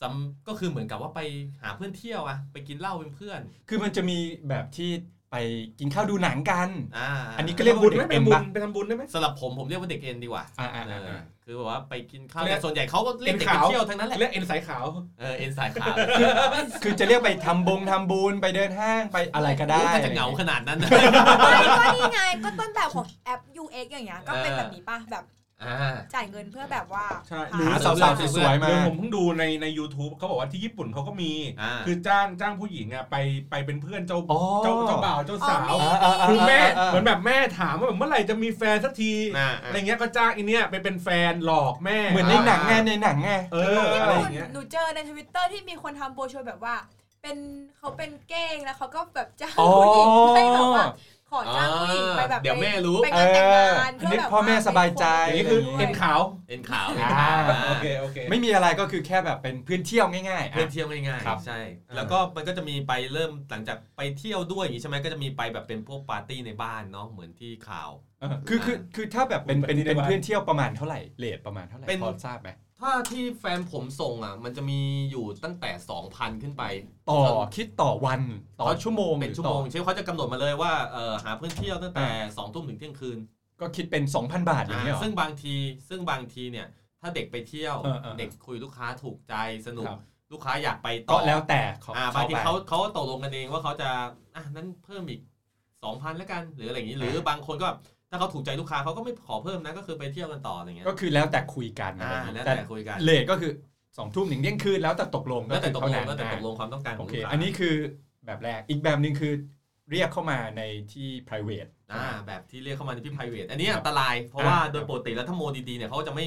สำก็คือเหมือนกับว่าไปหาเพื่อนเที่ยวอะไปกินเหล้าเป็นเพื่อน คือมันจะมีแบบที่ไปกินข้าวดูหนังกัน อ่า อันนี้ เรียกว่า บุญไหม เด็ก ไป เอ็ม บุ ปะ ญไปทำบุญได้ไหม สำหรับผมผมเรียกว่าเด็กเอ็นดีกว่า อ่าอ่า เอ อ่า อ อ่า คือแบบว่าไปกินข้าว เรียก แต่ส่วนใหญ่เขาก็เรียกเด็กไปเที่ยวทั้งนั้นแหละ และเอ็นสายขาว เออเอ็นสายขาว คือจะเรียกไปทำบงทำบุญไปเดินห้างไปอะไรก็ได้ ก็จะเหงาขนาดนั้นนะ ไม่ก็นี่ไงก็ต้นแบบของแอป UX อย่างเงี้ยก็เป็น เออ แบบนี้ป่ะแบบ อ่า จ่ายเงินเพื่อแบบว่า ใช่ พ หาสาวๆสวยๆมา เดี๋ยวผมเพิ่งดูในใน u t u b e เขาบอกว่าที่ญี่ปุ่นเขาก็มี อ่า คือจ้างจ้างผู้หญิงอ่ะไปไปเป็นเพื่อนเจ้า อ๋อ เจ้าเจ้าบ่าวเจ้าสาว อ่าอ่าา คือแม่ าา เหมือนแบบแม่ถามว่าแบบเมื่อไหร่จะมีแฟนสักที อ่าอ่า อะไรเงี้ยก็จ้างไอเนี้ยไปเป็นแฟนหลอกแม่ เหมือนในหนังไงในหนังไง เออ ญี่ อะไรอ ปุ่น ย่างเงี้ย หนูเจอในทวิตเตอร์ที่มีคนทำโบรชัวร์แบบว่า เป็นเขาเป็นเก้งแล้วเขาก็แบบจ้าง อ๋อ ผู้หญิงให้แบบว่าขอจ้างผู้หญิงไปแบบ เดี๋ยวแม่รู้ ไปงานแต่งงาน เออนึกพ่อแม่สบายใจ อย่างนี้คือ อะไรอย่างเงี้ย เอ็นขาว เอ็นขาว อ่า โอเคโอเค ไม่มีอะไรก็คือแค่แบบเป็นพื้นเที่ยวง่ายๆ เพื่อ อ่ะ นเที่ยวง่าย ครับ ๆใช่ แล้วก็มันก็จะมีไปเริ่มหลังจากไปเที่ยวด้วยอย่างนี้ใช่ไหมก็จะมีไปแบบเป็นพวกปาร์ตี้ในบ้านเนาะเหมือนที่ข่าว เออคือคือคือถ้าแบบเป็นเป็นเป็นเพื่อนเที่ยวประมาณเท่าไหร่เลทประมาณเท่าไหร่ เป็น พอทราบไหม ถ้าที่แฟนผมส่งอ่ะ มันจะมีอยู่ตั้งแต่ 2,000 ขึ้นไป ต่อคิดต่อวันต่อชั่วโมง เป็นชั่วโมง หรือต่อ ใช่ไหมเขาจะกำหนดมาเลยว่าเออหาเพื่อนเที่ยวตั้งแต่2ทุ่มถึงเที่ยงคืน ก็คิดเป็น 2,000 บาทอย่างเงี้ยเหรอ่าอ ซึ่งบางทีซึ่งบางทีเนี่ย ถ้าเด็กไปเที่ยว เออเออ เด็กคุยลูกค้าถูกใจสนุก ครับ ลูกค้าอยากไปต่ ก็ อ แล้วแต่ข อ่าบางที ไป เขาเขาตกลงกันเองว่าเขาจะอ่ะนั้นเพิ่มอีกสองพันแล้วกันหรืออะไรอย่างนี้ หรือ อ่า บางคนก็แบบถ้าเขาถูกใจลูกค้าเขาก็ไม่ขอเพิ่มนะก็คือไปเที่ยวกันต่ออะไรเงี้ย ก็คือแล้วแต่คุยกันอะไร อ่า อย่างเงี้ย แล้ว แต่ แต่คุยกัน เลทก็คือสองทุ่มถึงเที่ยงคืนแล้วแต่ตกลงก็ แล้วแต่ คือ ตก เท่า ลง นั้น แล้วแต่ต อ่ะ กลงความต้องการข โอ อง เค ลูกค้า อันนี้คือแบบแรกอีกแบบหนึ่งคือเรียกเข้ามาในที่ private อ่าแบบที่เรียกเข้ามาในพี่ private อันนี้อันตรายเพราะ อ่า ว่าโดยปกติแล้วถ้าโมดีๆเนี่ยเขาจะไม่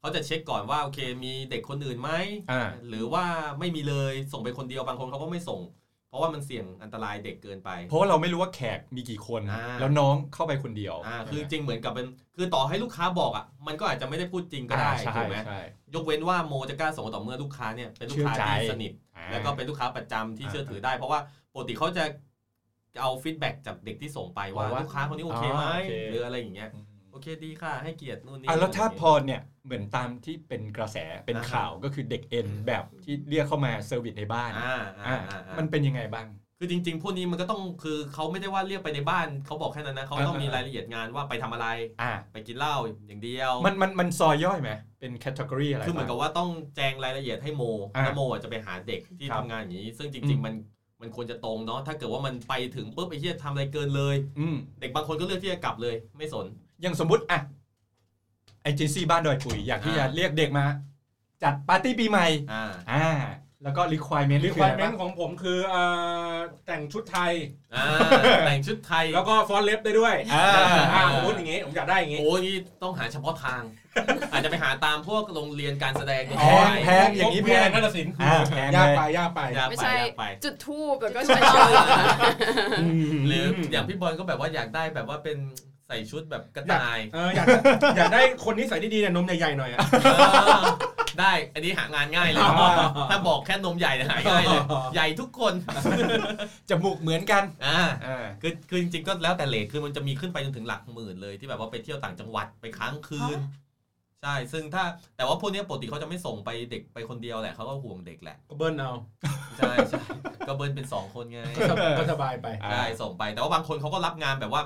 เขาจะเช็คก่อนว่าโอเคมีเด็กคนอื่นไหม อ่า หรือว่าไม่มีเลยส่งไปคนเดียวบางคนเขาก็ไม่ส่ง เพราะว่ามันเสี่ยงอันตรายเด็กเกินไป เพราะว่าเราไม่รู้ว่าแขกมีกี่คน อ่า แล้วน้องเข้าไปคนเดียว อ่าคือจริงเหมือนกับเป็นคือต่อให้ลูกค้าบอกอ่ะมันก็อาจจะไม่ได้พูดจริงก็ได้ อ่าใช่ ถูกไหม ใช่ ยกเว้นว่าโมจะกล้าส่งต่อเมื่อลูกค้าเนี่ยเป็นลูกค้า เชื่อใจ ที่สนิท อ่า แล้วก็เป็นลูกค้าประจำที่เชื่อถือได้ เพราะว่าปกติเขาจะเอาฟีดแบ็กจากเด็กที่ส่งไปว่า ว่า ลูกค้าคนนี้โอเคไหม อ๋อโอเค หรืออะไรอย่างเงี้ยโอเคดีค่ะให้เกียรตินู่นนี่ อ่ะแล้วถ้า ะไร พ ย่งเงี้ย อเนี่ยเหมือนตามที่เป็นกระแสเป็น อ่า ข่าวก็คือเด็กเอ็นแบบที่เรียกเข้ามาเซอร์วิสในบ้าน อ่าอ่า อ่า อ่า มันเป็นยังไงบ้าง คือจริง ๆ พวกนี้มันก็ต้องคือเขาไม่ได้ว่าเรียกไปในบ้านเขาบอกแค่นั้นนะเขาต้อง อ่ามี มีรายละเอียดงานว่าไปทำอะไร อ่า ไปกินเหล้าอย่างเดียว มันมันมันซอยย่อยไหมเป็นแคตตากรีอะไร คือเหมือนกับ บ้าง ว่าต้องแจงรายละเอียดให้โม อ่า แล้วโมอ่ะจะไปหาเด็กที่ ครั ทำ บ งานอย่างนี้ ซึ่งจ อื ริง ม ๆ มันมันควรจะตรงเนาะถ้าเกิดว่ามันไปถึงปุ๊บไอ้เหี้ยทำอะไรเกินเลย อืม เด็กบางคนก็เลือกที่จะกลับเลยไม่สน อย่างสมมติอะไอเจนซี่บ้านดอยปุ๋ยอยากที่จะ อ่า เรียกเด็กมา จัดปาร์ตี้ปีใหม่ อ่า อ่า แล้วก็ requirement รี คือ ควอรอะไร เมน บ้าง ต์ของผมคือเอ่อแต่งชุดไทย อ่า แต่งชุดไทย แล้วก็ฟอนต์เล็บได้ด้วย อ่า อ่าสมมติอย่างงี้ผมอยากได้อย่างงี้ โอ้ยนี่ต้องหาเฉพาะทาง อาจจะไปหาตามพวกโรงเรียนการแสดง แพงแพงอย่างนี้แพง นาฏศิลป์ อ่าแพงเลย ยากไปยากไป อยาก ไม่ ไป ใช่ อยากไป จุดทูบแล้วก็เชิญชวน หรืออย่างพี่บอลก็แบบว่าอยากได้แบบว่าเป็นใส่ชุดแบบกระต่าย เอออยากอยากได้คนนิสัยดีๆเนี่ยนมใหญ่ๆหน่อยอ่ะ เออ ได้อันนี้หางานง่ายเลย อ่า ถ้าบอกแค่นมใหญ่เนี่ยหาง่ายเลยใหญ่ทุกคนจ มูกเหมือนกัน อ่า อ่า คือคือจริงๆก็แล้วแต่เลทคือมันจะมีขึ้นไปจนถึงหลักหมื่นเลยที่แบบว่าไปเที่ยวต่างจังหวัดไปค้างคืน ใช่ ซึ่งถ้าแต่ว่าพวกเนี้ยปกติเขาจะไม่ส่งไปเด็กไปคนเดียวแหละเขาก็ห่วงเด็กแหละ ก็เบิ้ลเอา ใช่ใช่ก็เบิร์นเป็นสองคนไง ก็สบก็สบายไป อ่า ใช่ส่งไป แต่ว่าบางคนเขาก็รับงานแบบว่า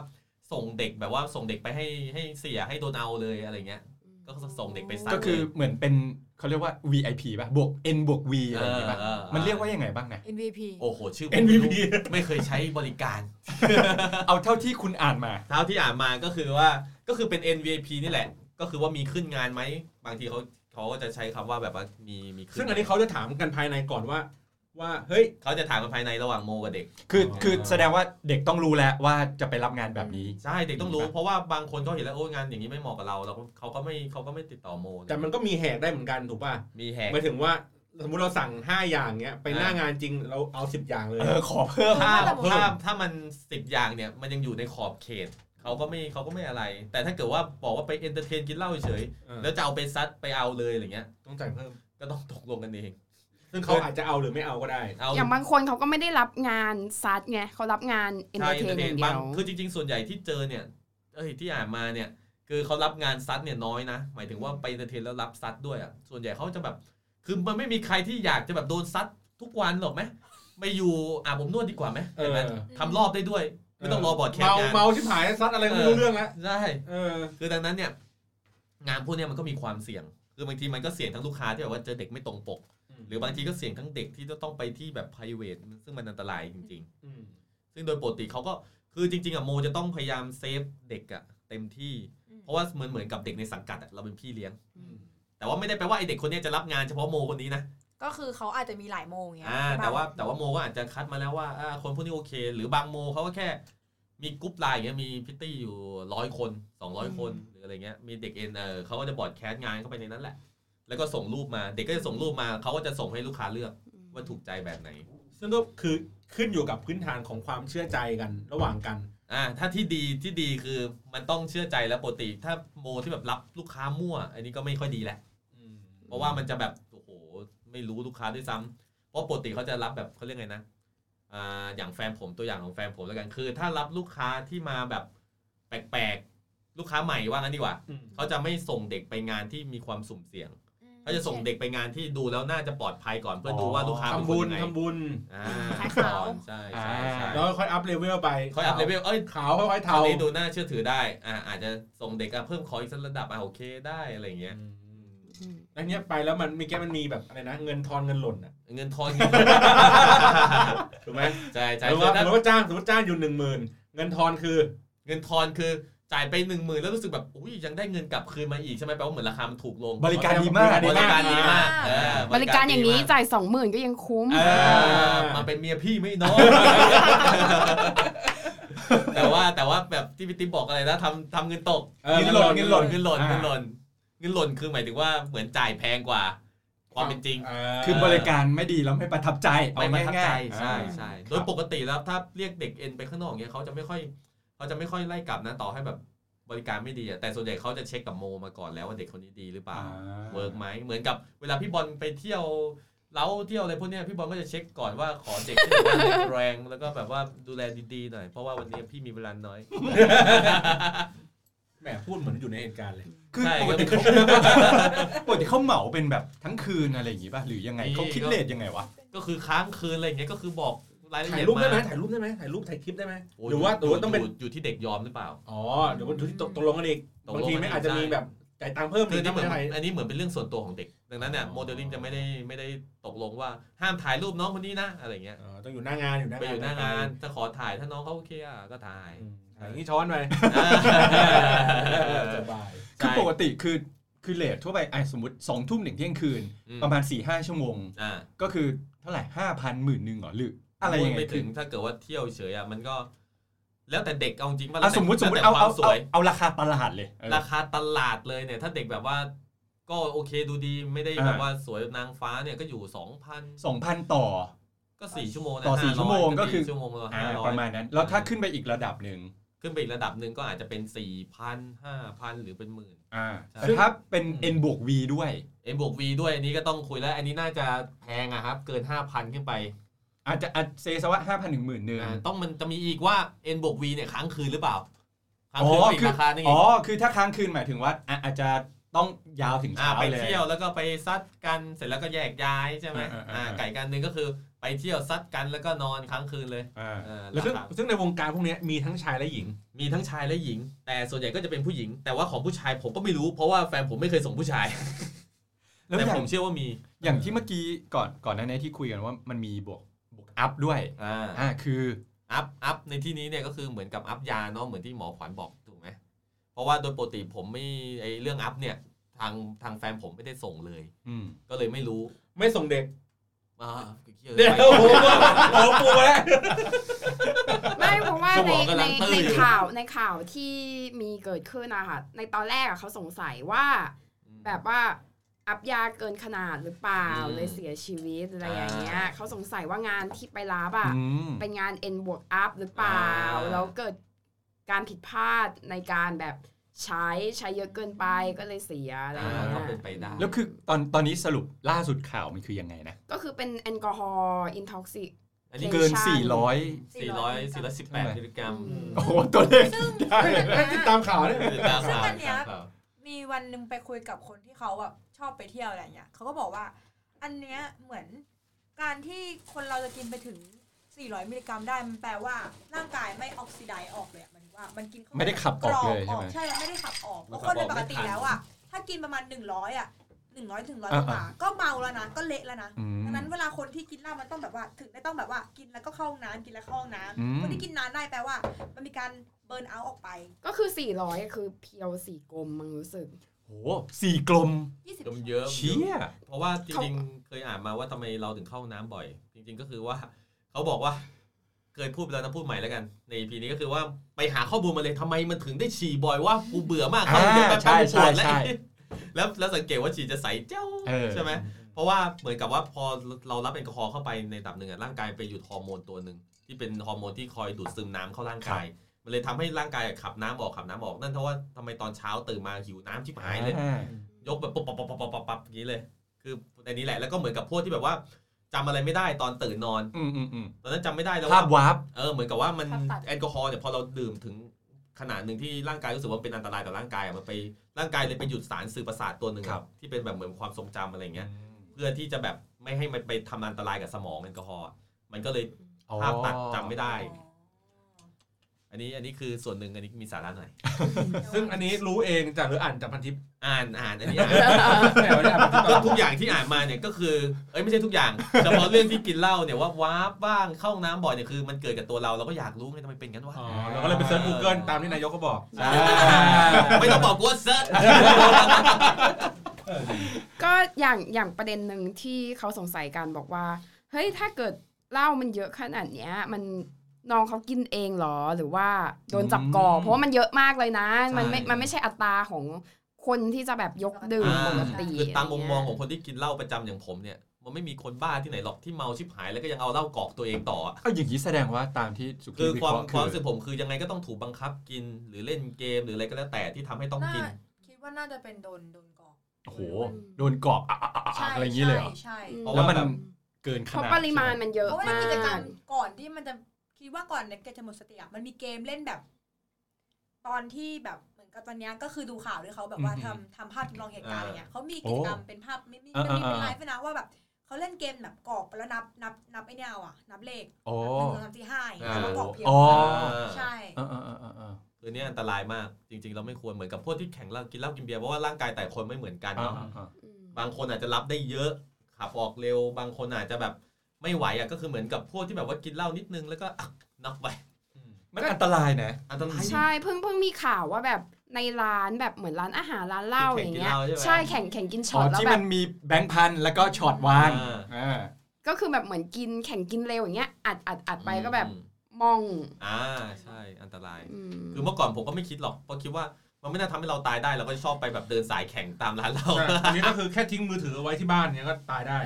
ส่งเด็กแบบว่าส่งเด็กไปให้ให้เสียให้โดนเอาเลยอะไรเงี้ย ก็ส่งเด็กไปซัด ก็คือเหมือนเป็นเขาเรียกว่า VIP ป่ะ บวก N บวก V อะไรอย่างงี้ป่ะ เออเออ มันเรียกว่ายังไงบ้างนะ MVP โอ้โห ชื่อ MVP ไม่เคยใช้บริการ เอาเท่าที่คุณอ่านมา เท่าที่อ่านมาก็คือว่าก็คือเป็น NVP นี่แหละ ก็คือว่ามีขึ้นงานไหม บางทีเขาเขาก็จะใช้คำว่าแบบว่ามีมีขึ้น ซึ่งอันนี้เขาจะถามกันภายในก่อนว่า ว่าเฮ้ย เขาจะถามกันภายในระหว่างโมกับเด็ก คือ อ๋อ คือแสดงว่าเด็กต้องรู้แล้วว่าจะไปรับงานแบบนี้ ใช่เด็กต้องรู้ เพราะว่าบางคนก็เห็นแล้วโอ้ยงานอย่างนี้ไม่เหมาะกับเราเราก็เขาก็ไม่เขาก็ไม่ติดต่อโม แต่มันก็มีแหกได้เหมือนกันถูกป่ะ มีแหก หมายถึงว่า สมมติเราสั่งห้าอย่างเนี้ยไปหน้างานจริงเราเอาสิบอย่างเลย เออขอเพิ่ม ถ้า แต่ผม ถ้าถ้ามันสิบอย่างเนี่ยมันยังอยู่ในขอบเขตเขาก็ไม่เขาก็ไม่อะไร แต่ถ้าเกิดว่าบอกว่าไปเอนเตอร์เทนกินเหล้าเฉย เออ แล้วจะเอาไปซัดไปเอาเลยอะไรเงี้ย ต้องจ่ายเพิ่ม ก็ต้องตกลงกันเองซึ่ง เขา เขา อาจจะเอาหรือไม่เอาก็ได้ เอา อย่างบางคนเขาก็ไม่ได้รับงานซัดไงเขารับงานเอนเตอ ใช่ ร์เทนอย่าง บา เดี ง ยว คือจริง ๆ ส่วนใหญ่ที่เจอเนี่ยเอ้ยที่อ่านมาเนี่ยคือเขารับงานซัดเนี่ยน้อยนะ หมายถึงว่าไปเอนเตอร์เทนแล้วรับซัดด้วยอ่ะส่วนใหญ่เขาจะแบบ คือมันไม่มีใครที่อยากจะแบบโดนซัดทุกวันหรอกไหมไม่อยู่อาบผมนวดดีกว่าไหม เอ ใช่ อ ไหมทำรอบได้ด้วย ไม่ต้องรอบอร์ดแคส เมา ต์งาน เมาชิบหายซัดอะไรก็ไม่รู้เรื่องแล้ว ใช่ เออ คือดังนั้นเนี่ยงานพวกเนี้ยมันก็มีความเสี่ยง คือบางทีมันก็เสี่ยงทั้งลูกค้าที่แบบว่าเจอเด็กไม่ตรงปก อืม หรือบางทีก็เสี่ยงทั้งเด็กที่จะต้องไปที่แบบ p r i v a t ซึ่งมันอันตรายจริง อืม ๆ ซึ่งโดยปกติเขาก็คือจริงๆอะโมจะต้องพยายามเซฟเด็กอะเต็มที่ อืม เพราะว่าเหมือนเหมือนกับเด็กในสังกัดอะเราเป็นพี่เลี้ยง อืม แต่ว่าไม่ได้แปลว่าไอเด็กคนเนี้ยจะรับงานเฉพาะโมคนนี้นะ ก็คือเขาอาจจะมีหลายโมงอย่างเงี้ย อ่า ใช่ปะ แต่ว่าแต่ว่าโมก็อาจจะคัดมาแล้วว่าอ่าคนพวกนี้โอเค หรือบางโมเขาก็แค่มีกรุ๊ปไลน์อย่างเงี้ยมีพิตตี้อยู่ร้อยคน200 คนหรืออะไรเงี้ยมีเด็กเอ็นเออเขาก็จะบอร์ดแคสต์งานเข้าไปในนั้นแหละ แล้วก็ส่งรูปมาเด็กก็จะส่งรูปมาเขาก็จะส่งให้ลูกค้าเลือกว่าถูกใจแบบไหน ซึ่งก็คือขึ้นอยู่กับพื้นฐานของความเชื่อใจกันระหว่างกัน อ่าถ้าที่ดีที่ดีคือมันต้องเชื่อใจแล้วปกติ ถ้าโมที่แบบรับลูกค้ามั่ว อันนี้ก็ไม่ค่อยดีแหละ เพราะว่ามันจะแบบโอ้โหไม่รู้ลูกค้าด้วยซ้ำเพราะปกติเขาจะรับแบบเขาเรียกไงนะอ่าอย่างแฟนผมตัวอย่างของแฟนผมแล้วกันคือ ถ้ารับลูกค้าที่มาแบบแปลกๆ ลูกค้าใหม่ว่างั้นดีกว่า อืม เขาจะไม่ส่งเด็กไปงานที่มีความสุ่มเสี่ยง อืม เขาจะส่งเด็กไปงานที่ดูแล้วน่าจะปลอดภัยก่อนเพื่อดูว่าลูกค้าเป็น ทำ คน บุญ ยังไง ทำบุญ อ่า ขายขาว ก่อนใช่ใช่ใช่ แล้วค่อยอัพเลเวลไป ค่อยอัพเลเวลเอ้ย ขาวค่อยๆ ครา เทาว นี้ดูน่าเชื่อถือได้อ่าอาจจะส่งเด็กอ่ะเพิ่มขออีกสักระดับอ่ะโอเคได้อะไรอย่างเงี้ย อืม แล้วเนี้ยไปแล้วมันเมีแกมันมีแบบอะไรนะ เงินทอนเงินหล่นอ่ะ เงินทอนเงิน ถูกไหม ใช่ใช่ หรือ คือ ว่า ถ้า หรือว่าจ้างสมมติจ้างอยู่หนึ่งหมื่นเงินทอนคือ เงินทอนคือจ่ายไปหนึ่งหมื่นแล้วรู้สึกแบบอุ้ยยังได้เงินกลับคืนมาอีกใช่ไหมแปลว่าเหมือนราคามันถูกลง บริการดีมาก บริการดีมากเออบ ริการอย่างนี้จ่ายสองหมื่นก็ยังคุ้ม เออมาเป็นเมียพี่ไม่น้อยแต่ว่าแต่ว่าแบบที่พี่ติ๊บบอกอะไรนะทำทำเงินตก เออ เงินหล่นเงินหล่ เงินหล่น อ่า เงินหล่นเงินหล่นคือหมายถึงว่าเหมือนจ่ายแพงกว่า ความเป็นจริง เ คือบริการไม่ดีแล้วไม่ประทับใจ ไม่ เอา ประทับ ง่าย ใช่ อ่า ใช่โดยปกติแล้วถ้าเรียกเด็กเอ็นไปข้างนอกเงี้ยเขาจะไม่ค่อยเขาจะไม่ค่อยไล่กลับนะต่อให้แบบบริการไม่ดีอะแต่ส่วนใหญ่เขาจะเช็คกับโมมาก่อนแล้วว่าเด็กคนนี้ดีหรือเปล่า อ่า เวิร์กไหมเหมือนกับเวลาพี่บอลไปเที่ยวเล้าเที่ยวอะไรพวกเนี้ยพี่บอลก็จะเช็คก่อนว่าขอเด็กที่แบบว่าเรียนแรงแล้วก็แบบว่าดูแลดีๆหน่อยเพราะว่าวันนี้พี่มีเวลาน้อย แหมพูดเหมือนอยู่ในเหตุการณ์เลย ๆคือ ใช่ ปกติ ก็ เขาปกติเขาเหมาเป็นแบบทั้งคืนอะไรอย่างงี้ป่ะหรือยังไง นี่ เขาคิดเลทยังไงวะ ก็คือค้างคืนอะไรอย่างเงี้ยก็คือบอกรายละ ถ่า เอี ย ยด รูป มา ได้ไหมถ่ายรูปได้ไหมถ่ายรูปถ่ายคลิปได้ไหม โย หรือว่าหรือว่าต้องเป็น ยู่อยู่ที่เด็กยอมหรือเปล่า อ๋อเดี๋ยววันที่ตกตกลงกันอีก ตกลง บางที กันอี ไม่ ก อาจจะ ใช่ มีแบบจ่ายตังค์เพิ่มห คื รืออที่นี่เหมื ไม่ อน ได้ อันนี้เหมือนเป็นเรื่องส่วนตัวของเด็ก ดังนั้นเนี่ย อ๋อ โมเดลลิ่งจะไม่ได้ไม่ได้ตกลงว่าห้ามถ่ายรูปน้องคนนี้นะอะไรเงี้ย เออต้องอยู่หน้างานอยู่หน้า ไป งา อน ยู่หน้างานถ้าขอถ่ายถ้าน้องเขาโอเคอ่ะก็ถ่าย อืมถ่ายอย่างนี้ช้อนไปสบาย คือ ใช่ ปกติคือคือเลททั่วไปไอ้สมมติสองทุ่มหนึ่งเที่ยงคืน อืม ประมาณ4ี่ห้าชั่วโมง อ่า ก็คือเท่าไหร่ห้าพันหมื่นหนึ่งเหรอหรืออะไรยังไง ไป คื ถึ อง ถ้าเกิดว่าเที่ยวเฉยอ่ะมันก็ แล้วแต่เด็กเอาจริงป่ะ อ่ะ แล้วแต่ สมมติสมมติ แล้ว เอา แต่ค เอา วามส เอา วย เอาราคาตลาดเลยเออ ราคาตลาดเลยเนี่ย ถ้าเด็กแบบว่า ก็โอเคดูดีไม่ได้ อ่า แบบว่าสวยนางฟ้าเนี่ยก็อยู่สองพัน สองพันต่อ ก็สี่ชั่วโมงนะ ต่อสี่ 500 ชั่วโมงก็คือ ชั่วโมงละ อ่า ห้าร้อ ป ย ระมาณนั้น แล้วถ้าขึ้นไปอีกระดับหนึ่ง ขึ้นไปอีกระดับหนึ่งก็อาจจะเป็น4ี่พันห้าพันหรือเป็นหมื่น อ่า ใช่ แต่ถ้าเป็น อืม n บวก v ด้วย เอ็บวกวีด้วยอันนี้ก็ต้องคุยแล้ว อันนี้น่าจะแพงอะครับ เกิน 5,000 ขึ้นไป อาจจะอาจเซสวะห้าพันถึงหมื่นหนึ่ง อ่าต้องมันจะมีอีกว่า n บวก v เนี่ยค้างคืนหรือเปล่าค้าง อ๋อ คืนก็อี คื ก อ ราคาหนึงอี อ๋อก คือถ้าค้างคืนหมายถึงว่าอ่ะอาจจะต้องยาวถึง อ่า เช้า ไป เลย เที่ยวแล้วก็ไปซัดกันเสร็จแล้วก็แยกย้ายใช่ไหม อ่าอ่าอ่า อ่าไก่กันหนึ่งก็คือไปเที่ยวซัดกันแล้วก็นอนค้างคืนเลย อ่า อ่า แล้วซึ่ง ราคา ซึ่งในวงการพวกเนี้ยมีทั้งชายและหญิง มีทั้งชายและหญิง แต่ส่วนใหญ่ก็จะเป็นผู้หญิง แต่ว่าของผู้ชายผมก็ไม่รู้เพราะว่าแฟนผมไม่เคยส่งผู้ชาย แล้ว แต่ อย่า ผ ง มเชื่อว่ามี อย่างที่เมื่อกี้ก่อนก่อนหน้านี้ที่คุยกันว่ามันมีบวกบวกอัพด้วย อ่า อ่าคือ อัพอัพในที่นี้เนี่ยก็คือเหมือนกับอัพยาเนาะเหมือนที่หมอขวัญบอกถูกไหมเพราะว่าโดยปกติผมไม่ไอเรื่องอัพเนี่ยทางทางแฟนผมไม่ได้ส่งเลย อืม ก็เลยไม่รู้ ไม่ส่งเด็ก อ่าเดี๋ เดี๋ยวโอ้โหโอ้โหปูแล้ว ไม่เพราะว่า สม ใน องกำ ใน ลังตื้อ ใน อยู่ ข่าวในข่าวที่มีเกิดขึ้นอะค่ะในตอนแรกอะเขาสงสัยว่า แบบว่า อัพยาเกินขนาดหรือเปล่า อืม เลยเสียชีวิตอะไรอย่างเงี้ย อ่า เขาสงสัยว่างานที่ไปรับอ่ะ อืม เป็นงาน N บวกอัพหรือเปล่า อ่า แล้วเกิดการผิดพลาดในการแบบใช้ใช้เยอะเกินไปก็เลยเสียอะไรอย่าง อ่า เงี้ ก็ ย เป็นไปได้ แล้วคือตอนตอนนี้สรุปล่าสุดข่าวมันคือยังไงนะ ก็คือเป็นแอลกอฮอล์อินท็อกซิ อันนี้คืเกิเกิ อน น 400 สี่ร้อยสี่ร้อยสิบแปดมิลลิกรัม 400 โอ้โหตัวเลข ซึ่ง ได้เลยนะ ติดตามข่าว เนี่ย ติดตามข่าว ซึ่งอันเนี้ย ติดตามข่าว มีวันหนึ่งไปคุยกับคนที่เขาแบบชอบไปเที่ยวอะไรเงี้ยเขาก็บอกว่า อันเนี้ยเหมือนการที่คนเราจะกินไปถึง 400 มิลลิกรัมได้มันแปลว่าร่างกายไม่ออกซิไดซ์ออกเลยอะหมันว่า มันกินเข้าป ไม่ได้ขับออกเลย รบ ใช่ไหม ใช่แล้วไม่ได้ขับออก มันเพราะ ขั ค บออน ก โดยปกติ ไม่ทัน แล้วอ่ะถ้ากินประมาณ 100 อ่ะ 100ถึง100 อ่า ขึ้นมาก็เมาแล้วนะก็เละแล้วนะ อืม ดังนั้นเวลาคนที่กินเหล้ามันต้องแบบว่าถึงได้ต้องแบบว่ากินแล้วก็เข้าห้องน้ำกินแล้วเข้าห้องน้ อืม ำคนที่กินนานได้แปลว่า มันมีการเบิร์นเอาท์ออกไป ก็คือ 400อะคือเพียวสี่กลมมังรู้สึก โหสี่กลม 20 ดมเยอะ เชี่ย เพราะว่าจ เขา ริงๆ เคยอ่านมาว่าทำไมเราถึงเข้าห้องน้ำบ่อย จริงๆก็คือว่า เขาบอกว่า เคยพูดไปแล้วนะพูดใหม่แล้วกัน ในพีนี้ก็คือว่าไปหาข้อมูลมาเลยทำไมมันถึงได้ฉี่บ่อยว่ากูเบื่อมากเขาเดี๋ยวไป อ่าใช่ ปั๊บกูปวด ใช่ แล้ว ใช่ แล้วแล้วสังเกตว่าฉี่จะใสเจ้า เออ ใช่ไหมเพราะว่าเหมือนกับว่าพอเรารับแอลกอฮอล์เข้าไปในตับหนึ่งอะร่างกายไปหยุดฮอร์โมนตัวหนึ่งที่เป็นฮอร์โมนที่คอยดูดซึมน้ำเข้าร่างกาย มันเลยทำให้ร่างกายอะขับน้ำออกขับน้ำออกนั่นเพราะว่าทำไมตอนเช้าตื่นมาหิวน้ำชิบหายเลย อ่าย กแบบปับปับปับปับปับปับอย่างนี้เลย คือในนี้แหละแล้วก็เหมือนกับพวกที่แบบว่าจำอะไรไม่ได้ตอนตื่นนอน อืมอืมอืม ตอนนั้นจำไม่ได้แล้ว ภาพาว่าวร์ป เออเหมือนกับว่ามัน ภาพตัด แอลกอฮอล์เนี่ยพอเราดื่มถึงขนาดหนึ่งที่ร่างกายรู้สึกว่าเป็นอันตรายต่อร่างกายอะมันไปร่างกายเลยไปหยุดสารสื่อประสาทตัวหนึ่งอะ ครับ ที่เป็นแบบเหมือนความทรงจำอะไรอย่างเงี้ยเพื่อที่จะแบบไม่ให้มันไปทำอันตรายกับสมองแอลกอฮอล์อะมันก็เลย อ๋อ ภาพตัดจำไม่ได้ อันนี้อันนี้คือส่วนหนึ่งอันนี้มีสาระหน่อย ซึ่งอันนี้รู้เองจากหรืออ่านจากพันทิป อ่านอ่านอันนี้อ่าน แหมไม่ได้อ่านพันทิป ก็ทุกอย่างที่อ่านมาเนี่ยก็คือ เอ้ยไม่ใช่ทุกอย่าง เฉพาะเรื่องที่กินเหล้าเนี่ยว่าว้าบบ้างเข้าห้องน้ำบ่อยเนี่ยคือมันเกิดกับตัวเราเราก็อยากรู้ไงทำไมเป็นงั้นวะ อ๋อเราก็เลยไปเซิร์ช Google ตามที่นายกเขาบอก อ่า ไม่ต้องบอกกูว่าเซิร์ช ก็อย่างอย่างประเด็นหนึ่งที่เขาสงสัยกันบอกว่า เฮ้ยถ้าเกิดเหล้ามันเยอะขนาดเนี้ย มันน้องเขากินเองเหรอหรือว่าโดนจับก่อ เพราะว่ามันเยอะมากเลยนะ มันไม่มันไม่ใช่อัตราของคนที่จะแบบยกดื่มปกติ คือตามมุมมองข ะไรอเยงคนที่กินเหล้าประจำอย่างผมเนี่ย มันไม่มีคนบ้าที่ไหนหรอกที่เมาชิบหายแล้วก็ยังเอาเหล้ากอกตัวเองต่อ ก็อย่างนี้แสดงว่าตามที่สุ คื กี้ อ วิเควคาม ราะห์ ความรู้ คื สึ อก ผมคือยังไงก็ต้องถูกบังคับกินหรือเล่นเกมหรืออะไรก็แล้วแต่ที่ทำให้ต้อง น่า กิน คิดว่าน่าจะเป็นโดนโดนกอก โอ้โห โดนกรอกอะอะอะอะอะไรอย่างนี้เลยเหรอ ใช่ อืม เพราะ แล้ว ว่า มัน แบบ เกินข เพ นาด ราะปริมาณมันเย ใช่ อะ เพราะว่าใน มา กิจกรกรมก่อนที่มันจะคิดว่าก่อนเนี่ยแกจะหมดสติอะมันมีเกมเล่นแบบ ตอนที่แบบเหมือนกับตอนเนี้ยก็คือดูข่าวด้วยเขาแบบว่าทำทำภาพจำลองเหตุการณ์อะไรเงี้ยเขามีกิจกรรมเป็นภาพไม่ไม่ไม่มีเป็นไลฟ์นะว่าแบบเขาเล่นเกมแบบกรอกไปแล้วนับนับนับไอ้เนี่ยเอาอะนับเลข โอ้ นับหนึ่งสองสามสี่ห้าอย่างเงี้ยแล้วก็กรอกเพียง อ๋อ ใช่ อ่าอ่าอ่าอ่า คือเนี่ยอันตรายมากจริง ๆ เราไม่ควรเหมือนกับพวกที่แข่งเหล้ากินเหล้ากินเบียร์เพราะว่าร่างกายแต่ละคนไม่เหมือนกันเนาะ บางคนอาจจะรับได้เยอะขับออกเร็ว บางคนอาจจะแบบไม่ไหวอ่ะก็คือเหมือนกับพวกที่แบบว่ากินเหล้านิดนึงแล้วก็อ่ะน็อกไป มันอันตรายนะ อันตราย ใช่เพิ่งเพิ่งมีข่าวว่าแบบในร้านแบบเหมือนร้านอาหารร้านเหล้าอย่างเงี้ย แข่งกินเหล้าใช่ไหม ใช่แข่งแข่งกินช็ ช็ อ อ ต ต แล้ว ที่ แบ มั บ นมีแบงค์พันแล้วก็ช็อตวาง อ่า อ่า ก็คือแบบเหมือนกินแข่งกินเร็วอย่างเงี้ยอัดอัดอัดไปก็แบบ อืม มอง อ่าใช่อันตราย อืม คือเมื่อก่อนผมก็ไม่คิดหรอกเพราะคิดว่ามันไม่น่าทำให้เราตายได้เราก็ชอบไปแบบเดินสายแข่งตามร้านเหล้า ใช่อันนี้ก็คือแค่ทิ้งมือถือเอาไว้ที่บ้านเนี่ยก็ตายได้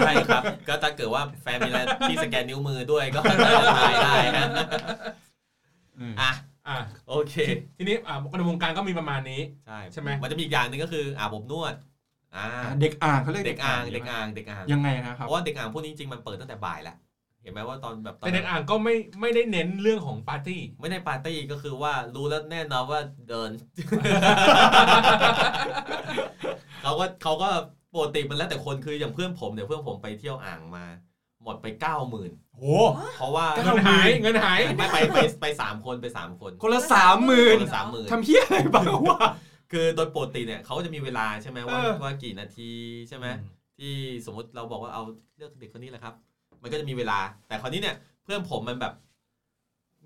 ใช่ครับ ก็ถ้าเกิดว่าแฟนมีอะไรที่สแกนนิ้วมือด้วยก็น่าจะตายได้นะ อืม อ่ะ อ่ะ โอเค ทีนี้อ่ะในวงการก็มีประมาณนี้ ใช่ ใช่ไหม มันจะมีอีกอย่างหนึ่งก็คืออาบอบนวดอ่า เด็กอ่างเขาเรียก เด็กอ่างเด็กอ่างเด็กอ่าง ยังไงนะครับ เพราะว่าเด็กอ่างพวกนี้จริงๆมันเปิดตั้งแต่บ่ายแล้ว เห็นไหมว่าตอนแบบตอน แต่เด็กอ่างก็ไม่ไม่ได้เน้นเรื่องของปาร์ตี้ ไม่ได้ปาร์ตี้ก็คือว่ารู้แล้วแน่นอนว่าเดิน เขาก็เขาก็ปกติมันแล้วแต่คนคืออย่างเพื่อนผมเนี่ยเพื่อนผมไปเที่ยวอ่างมา หมดไปเก้าหมื่น โห เพราะว่า เงินหายเงินหาย ไม่ไปไปไปสามคนไปสามคน คนละสามหมื่น สามหมื่น ทำเฮี้ยอะไรบ้างวะ คือโดยปกติเนี่ยเขาจะมีเวลาใช่ไหมว่า เออ ว่ากี่นาทีใช่ไหม ที่สมมติเราบอกว่าเอาเลือกเด็กคนนี้แหละครับ มันก็จะมีเวลา แต่คราวนี้เนี่ย เพื่อนผมมันแบบ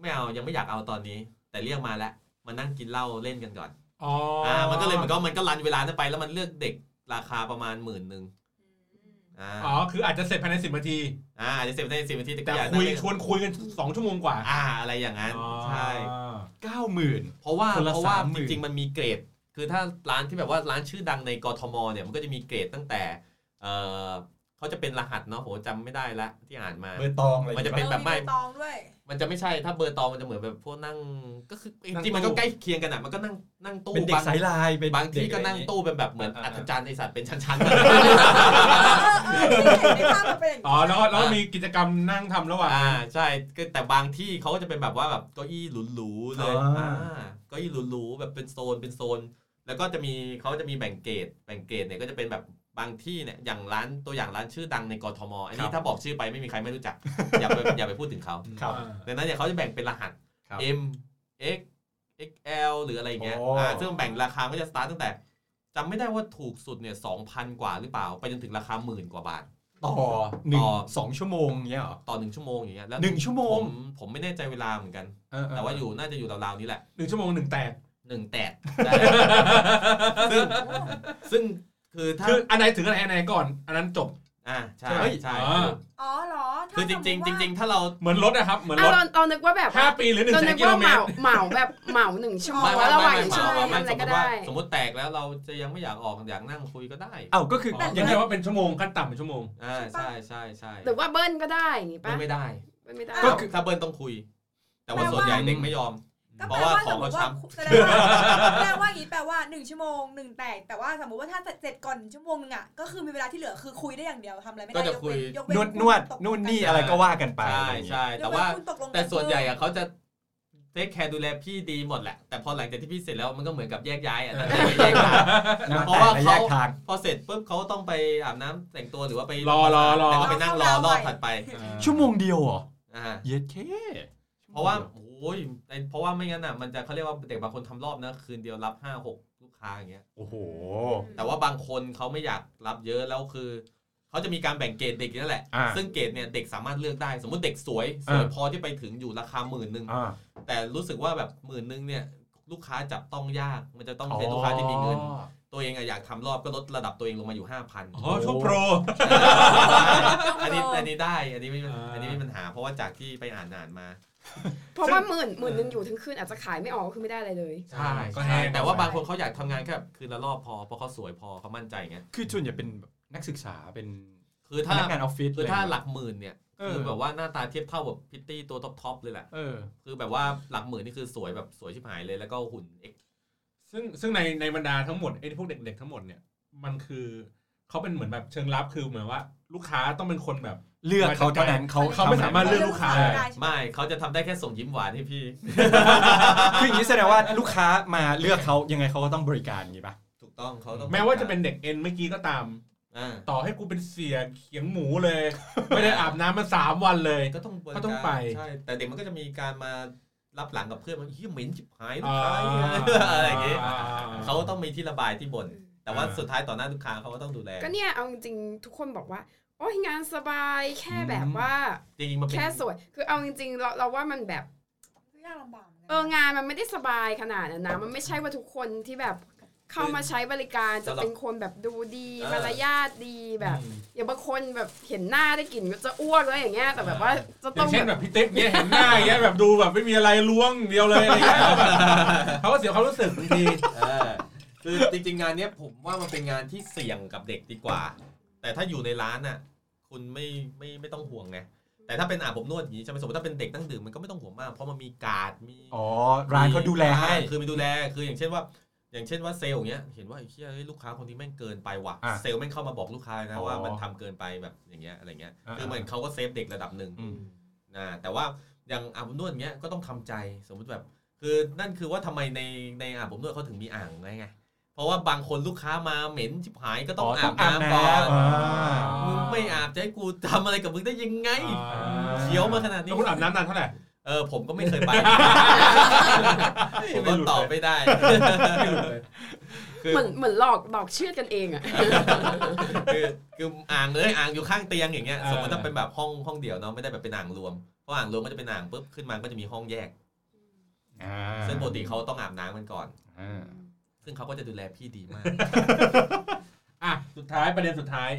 ไม่เอายังไม่อยากเอาตอนนี้ แต่เรียกมาแล้วมานั่งกินเหล้าเล่นกันก่อน อ๋ออ่ ามันก็เลยเหมันก็มันก็รันเวลานั้นไปแล้วมันเลือกเด็กราคาประมาณหมื่นหนึ่งอ่า อ๋อ คืออาจจะเสร็จภายในสิบนาที อ่าอาจจะเสร็จได้สิบนาทีแต่ แต่ ก็อยาก คุย นั่งเล่น ชวนคุยกันสองชั่วโมงกว่า อ่าอะไรอย่างนั้น อ๋อ ใช่ เก้าหมื่น เพราะว่า คนละ เพราะว่า สามหมื่ จ น ริงๆมันมีเกรด คือถ้าร้านที่แบบว่าร้านชื่อดังในกทมเนี่ยมันก็จะมีเกรดตั้งแต่เออเขาจะเป็นรหัสเนาะโหจำไม่ได้ละที่อ่านมา เบอร์ตองอะไร มันจะ เป็ เป็น นแบบไม่ ออตองด้วย มันจะไม่ใช่ถ้าเบอร์ตองมันจะเหมือนแบบพวกนั่งก็คือจ นั่ง ริงๆมันก็ ตู้ ใกล้เคียงกันอ่ะมันก็นั่งนั่งตู้ เป็นเด็ก บาง สายลายเป็น บางที่ เด็ ก็นั่ง อะไรอย่า ตู้เป็นแบบเหมือน อ่า อัธจารย์ในสัตว์เป็นชั้น เออเออเออเห็นในภาพมันเป็นอย่าง อ๋อ นี้ แล้วก็แล้วก็มีกิจกรรมนั่งทำระห ๆ ว่าง อ่าใช่ก็แต่บางที่เขาก็จะเป็นแบบว่าแบบเก้าอี้หรูๆเลย อ่า อ่าเก้าอี้หรูๆแบบเป็นโซนเป็นโซน แล้วก็จะมีเขาจะมีแบ่งเกรดแบ่งเกรดเนี่ยก็จะเป็นแบบบางที่เนี่ยอย่างร้านตัวอย่างร้านชื่อดังในกทมอันนี้ถ้าบอกชื่อไปไม่มีใครไม่ รู้จัก อย่าไปอย่าไปพูดถึงเขา ครับ ดังนั้นเนี่ยเขาจะแบ่งเป็นรหัส ครับ M X XL หรืออะไรอย่างเงี้ย โอ้ อ่าซึ่งแบ่งราคาก็จะสตาร์ตตั้งแต่จำไม่ได้ว่าถูกสุดเนี่ยสองพันกว่าหรือเปล่า ไปจนถึงราคาหมื่นกว่าบาท ต่อหนึ่ ต่ ง อ สองชั่วโมงเงี้ยเหรอ ต่อหนึ่งชั่วโมงอย่างเงี้ยแล้ว หนึ่งชั่วโม ผ ง มผมไม่แน่ใจเวลาเหมือนกัน เเ แต่ว่าอยู่น่าจะอยู่ราวๆนี้แหละ หนึ่งชั่วโมงหนึ่งแตก หนึ่งแตดได้ซึ่งซึ่งคือถ้า คืออันไหนถึงอันไหนอันไหนก่อน อันนั้นจบ อ่าใช่ เฮ้ย ใช่ อ่า อ๋อเหรอถ้า คือจริง ๆ จริง ๆ ถ้าเรา เหมือนรถนะครับ เหมือน อ่ะ รถ เราเรานึกว่าแบบ ห้าปีหรือหนึ่ง เรา แส นึ น ก กิโล ว่า เม เห ต มาร เหมาแบบเหมาหนึ่งชั่วโมง ไม่ ว่า ไม่ ระห ไม่ ว่างหนึ่ง ไม่ ชั่วโมง ไม่ ทำอะ สมมไรก็ ติว่า ได้ สมมติแตกแล้วเราจะยังไม่อยากออกอยากนั่งคุยก็ได้ อ้าวก็คืออ ยั ยัง ง ไง ไง ว่าเป็นชั่วโมงขั้นต่ำเป็นชั่วโมง อ่าใช่ใช่ใช่ หรือว่าเบิ้ลก็ได้อย่างงี้ปะ ไม่ได้ เบิ้ลไม่ได้ ก็คือถ้าเบิร์นต้องคุย แต่ว่าส่วนใหญ่เด็กไม่ยอมเพก็แปล ราะว่า ว่า ข ส อ ม ง ม เราช้ติว่าแสดง ว่าแสดงว่าอย่างนี้แปลว่าหนึ่งชั่วโมงหนึ่งแตกแต่ว่าสมมติว่าถ้าเสร็จก่อนชั่วโมงนึงอ่ะก็คือมีเวลาที่เหลือคือคุยได้อย่างเดียวทำอะไรไม่ได้ ก็จะคุย กเว้ นวด คุณ นวด ตกลง นู่น กั นี่อะไรก็ว่ากันไปอะใช่ไรอย่างเงี้ย ใช่ ยกเน แต่ว่า คุณกลงกัน แต่ส่วนใหญ่อะเขาจะเทคแคร์ดูแลพี่ดีหมดแหละ แต่พอหลังจากที่พี่เสร็จแล้วมันก็เหมือนกับแยกย้ายอะแต่ไม่แยกย้าย น เพราะว่า แต่ละ เขา แยกทาง พอเสร็จปุ๊บเขาต้องไปอาบน้ำแต่งตัวหรือว่าไป รอรอรอ แล้วก็ไปนั่งรอรอบถัดไป ชั่วโมงเดียวเหรอ อ่า เย็ดเค เพราะว่าโอ้ยไอ้เพราะว่าไม่งั้นอะมันจะเขาเรียกว่าเด็กบางคนทำรอบนะคืนเดียวรับห้าหกลูกค้าอย่างเงี้ย โอ้โห แต่ว่าบางคนเขาไม่อยากรับเยอะแล้วคือเขาจะมีการแบ่งเกรดเด็กนั่นแหละ อ่า ซึ่งเกรดเนี่ยเด็กสามารถเลือกได้ สมมติเด็กสวยสวย อ่า พอที่ไปถึงอยู่ราคาหมื่นหนึ่ง อ่า แต่รู้สึกว่าแบบหมื่นหนึ่งเนี่ยลูกค้าจับต้องยาก มันจะต้องเป็นลูกค้าที่มีเงิน ตัวเองอะอยากทำรอบก็ลดระดับตัวเองลงมาอยู่ 5 0 0พัน อ๋อช่วงโปร อันนี้อันนี้ได้อันนี้ไม่มี อ่า อันนี้ไม่มีปัญหา เพราะว่าจากที่ไปอ่านอ่านมา เพราะว่าหมื่นหมื่นหนึ่งอยู่ทั้งคืนอาจจะขายไม่ออกก็คือไม่ได้อะไรเลย ใช่ ก็แห้ง แต่ว่าบางคนเขาอยากทำงานแค่แบบคืนละรอบพอเพราะเขาสวยพอเขามั่นใจไง คือส่วนใหญ่เป็นแบบนักศึกษาเป็น คือ พ ถ้า นักงานออฟฟิศ คือถ้า ะไร ห เงี้ย ลักหมื่นเนี่ย เออ คือแบบว่าหน้าตาเทียบเท่าแบบพิตตี้ตัวท็อปทอปเลยแหละ เออ คือแบบว่าหลักหมื่นนี่คือสวยแบบสวยชิบหายเลยแล้วก็หุ่นเอ็ก ซึ่งซึ่งในในบรรดาทั้งหมดไอ้พวกเด็กๆทั้งหมดเนี่ยมันคือเขาเป็นเหมือนแบบเชิงลับคือเหมือนว่าลูกค้าต้องเป็นคนแบบ เลือกเขาเท่านั้นเขา เขาไม่สามารถเลือกลูกค้า ได้ใช่ไหม ไม่เขาจะทำได้แค่ส่งยิ้มหวานให้พี่ คืออย่างนี้แสดงว่าลูกค้ามาเลือกเขายังไงเขาก็ต้องบริการอย่างนี้ป่ะ ถูกต้องเขาต้อง แม้ว่าจะเป็นเด็กเอ็นเมื่อกี้ก็ตาม อ่า ต่อให้กูเป็นเสียเขียงหมูเลย ไม่ได้อาบน้ำมาสามวันเลย ก็ต้องบริาร ก็ต้องไป ใช่แต่เด็กมันก็จะมีการมารับหลังกับเพื่อนมันเฮียเหม็นชิบหายลู อ่ กค้า า อะไรอย่างเงี้ย อ่ เขาต้องมีที่ระบายที่บ่นแต่ว่าสุดท้ายต่อหน้าลูกค้าเขาก็ต้องดูแล ก็เนี่ยเอาจริงๆทุกคนบอกว่า โอ้ยงานสบายแค่แบบว่า จริงๆมันเป็น แค่สวย คือเอาจริงๆเราเราว่ามันแบบ ยากลำบากหมืนกัน เอองานมันไม่ได้สบายขนาดนั้นนะ มันไม่ใช่ว่าทุกคนที่แบบเข้ามาใช้บริการจะเป็นคนแบบดูดีมารยาทดีแบบ อย่างบางคนแบบเห็นหน้าได้กลิ่นก็จะอ้วกเลยอย่างเงี้ย แต่แบบว่าจะ อ ต้อย่าง งเช่น แบ แบบ บพี่เต็กเนี่ยเห็นหน้าอย่างเงี้ยแบบดูแบบไม่มีอะไรล้วงเดียวเลยอะไรเงี้ยแบบ เขาก็เสียความรู้สึกบางที เออคือจริง ๆ งานเนี้ยผมว่ามันเป็นงานที่เสี่ยงกับเด็กดีกว่า แต่ถ้าอยู่ในร้านน่ะ คุณไม่ไม่ไม่ต้องห่วงไงแต่ถ้าเป็นอาบอบนวดอย่างนี้ใช่ไหมสมมติถ้าเป็นเด็กนั่งดื่มมันก็ไม่ต้องห่วงมาก เพราะมันมีการ์ดมี อ๋อ ร้านเขาดูแลให้ คือมีดูแลคืออย่างเช่นว่า อย่างเช่นว่าเซลล์อย่างเงี้ยเห็นว่าไอ้เหี้ยเฮ้ยลูกค้าคนนี้แม่งเกินไปว่ะ อ่ะ เซลล์แม่งเข้ามาบอกลูกค้าเลยนะ อ๋อ ว่ามันทำเกินไปแบบอย่างเงี้ยอะไรเงี้ย อ่า คือเหมือนเขาก็เซฟเด็กระดับหนึ่ง อืม นะแต่ว่าอย่างอาบอบนวดอย่างเงี้ยก็ต้องทำใจสมมุติแบบ คือนั่นคือว่าทำไมในในอาบอบนวดเขาถึงมีอ่างไงไง เพราะว่าบางคนลูกค้ามาเหม็นชิบหายก็ต้องอาบน้ำก่อน อ๋อ มึงไม่อาบจะให้กูทำอะไรกับมึงได้ยังไง อ่า เขียวมา ขนาด แล้ นี้ วคุณอาบน้ำนานเท่าไหร่ เออผมก็ไม่เคยไปผม ไม่ ก็ หลุดเลย ตอบไม่ได้ ไม่รู้เลย คือ เหมือนเหมือนหลอกหลอกเชื่อกันเองอะ คือคืออ่างเลยอ่างอยู่ข้างเตียงอย่างเงี้ย อ่า สมมติถ้าเป็นแบบห้องห้องเดียวเนาะไม่ได้แบบเป็นอ่างรวมเพราะอ่างรวมก็จะเป็นอ่างปุ๊บขึ้นมาก็จะมีห้องแยก อ่า ซึ่งปกติเขาต้องอาบน้ำกันก่อน อ่า ซึ่งเขาก็จะดูแลพี่ดีมาก อ่ะสุดท้ายประเด็นสุดท้าย